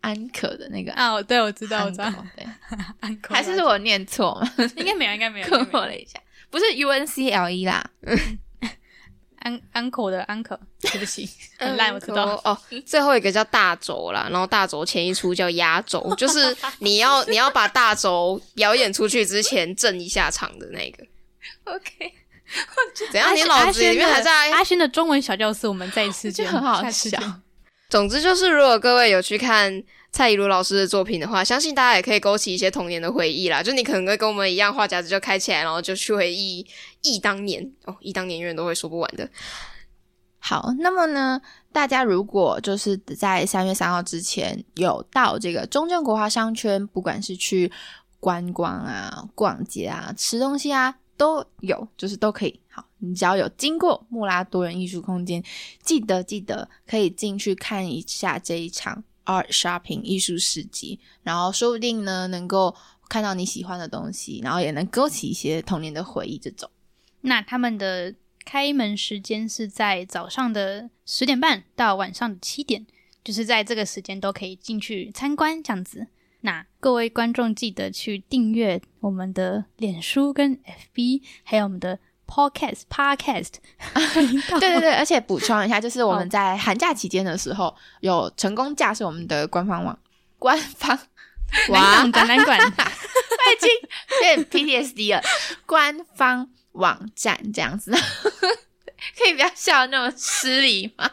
Speaker 1: 安可的那个
Speaker 3: 啊，我对我知道，我啊知道，
Speaker 1: uncle，对，
Speaker 3: 安可
Speaker 1: 还是我念错吗？
Speaker 3: 应该没有，应该没有，
Speaker 1: 困
Speaker 3: 应该没有
Speaker 1: 惑了一下，不是 UNCLE E 啦，
Speaker 3: 安安口的安可，对不 [LAUGHS] 起，很烂，我知
Speaker 4: uncle，
Speaker 3: 道。
Speaker 4: 哦。 [LAUGHS] 最后一个叫大轴啦，然后大轴前一出叫压 [LAUGHS] 轴，就是你要 [LAUGHS] 你要把大轴表演出去之前震一下场的那个。
Speaker 3: OK，
Speaker 4: 怎样？你脑子里面还在
Speaker 3: 阿勋的中文小教室，我们再一次
Speaker 1: 就
Speaker 3: 见，
Speaker 1: 很好
Speaker 3: 下次见
Speaker 1: 笑。
Speaker 4: 总之就是，如果各位有去看蔡依如老师的作品的话，相信大家也可以勾起一些童年的回忆啦。就你可能会跟我们一样，话匣子就开起来，然后就去回忆忆当年哦，忆当年永远都会说不完的。
Speaker 1: 好，那么呢，大家如果就是在三月三号之前有到这个中正国华商圈，不管是去观光啊、逛街啊、吃东西啊，都有，就是都可以。好，你只要有经过穆拉多人艺术空间，记得记得可以进去看一下这一场 Art Shopping 艺术市集，然后说不定呢能够看到你喜欢的东西，然后也能勾起一些童年的回忆。这种
Speaker 3: 那他们的开门时间是在早上的十点半到晚上的七点，就是在这个时间都可以进去参观这样子。那各位观众记得去订阅我们的脸书跟 FB，还有我们的 Podcast Podcast 频
Speaker 1: [LAUGHS]
Speaker 3: 道。
Speaker 1: 对对对，而且补充一下，就是我们在寒假期间的时候，有成功架设我们的官方网， [LAUGHS] 官方
Speaker 3: 难管难管，
Speaker 1: 变 PTSD 了，官方网站这样子。可以不要笑得那么失礼
Speaker 3: [LAUGHS]
Speaker 1: 吗？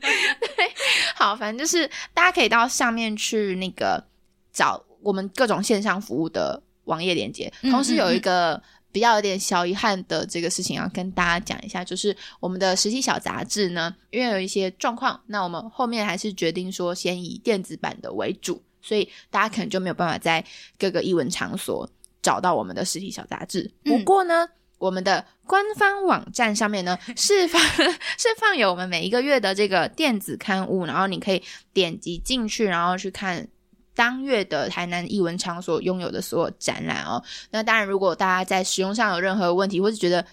Speaker 1: 对，好，反正就是大家可以到上面去那个找我们各种线上服务的网页链接。
Speaker 3: 嗯
Speaker 1: 同时有一个比较有点小遗憾的这个事情要跟大家讲一下，就是我们的实体小杂志呢，因为有一些状况，那我们后面还是决定说先以电子版的为主，所以大家可能就没有办法在各个译文场所找到我们的实体小杂志。不
Speaker 3: 嗯
Speaker 1: 过呢。我们的官方网站上面呢，是放 [LAUGHS] 是放有我们每一个月的这个电子刊物，然后你可以点击进去，然后去看当月的台南艺文场所拥有的所有展览哦。那当然，如果大家在使用上有任何问题，或是觉得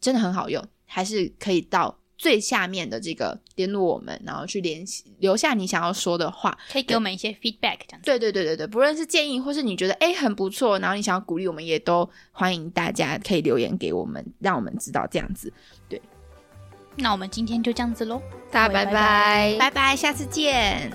Speaker 1: 真的很好用，还是可以到最下面的这个联络我们，然后去联系留下你想要说的话。
Speaker 3: 可以给我们一些 feedback 这样子。
Speaker 1: 对对对对对，不论是建议或是你觉得诶很不错，然后你想要鼓励我们，也都欢迎大家可以留言给我们，让我们知道这样子。
Speaker 3: 那我们今天就这样子喽。
Speaker 4: 大家
Speaker 3: 各位
Speaker 4: 拜
Speaker 3: 拜
Speaker 4: 拜
Speaker 1: 拜拜，下次见。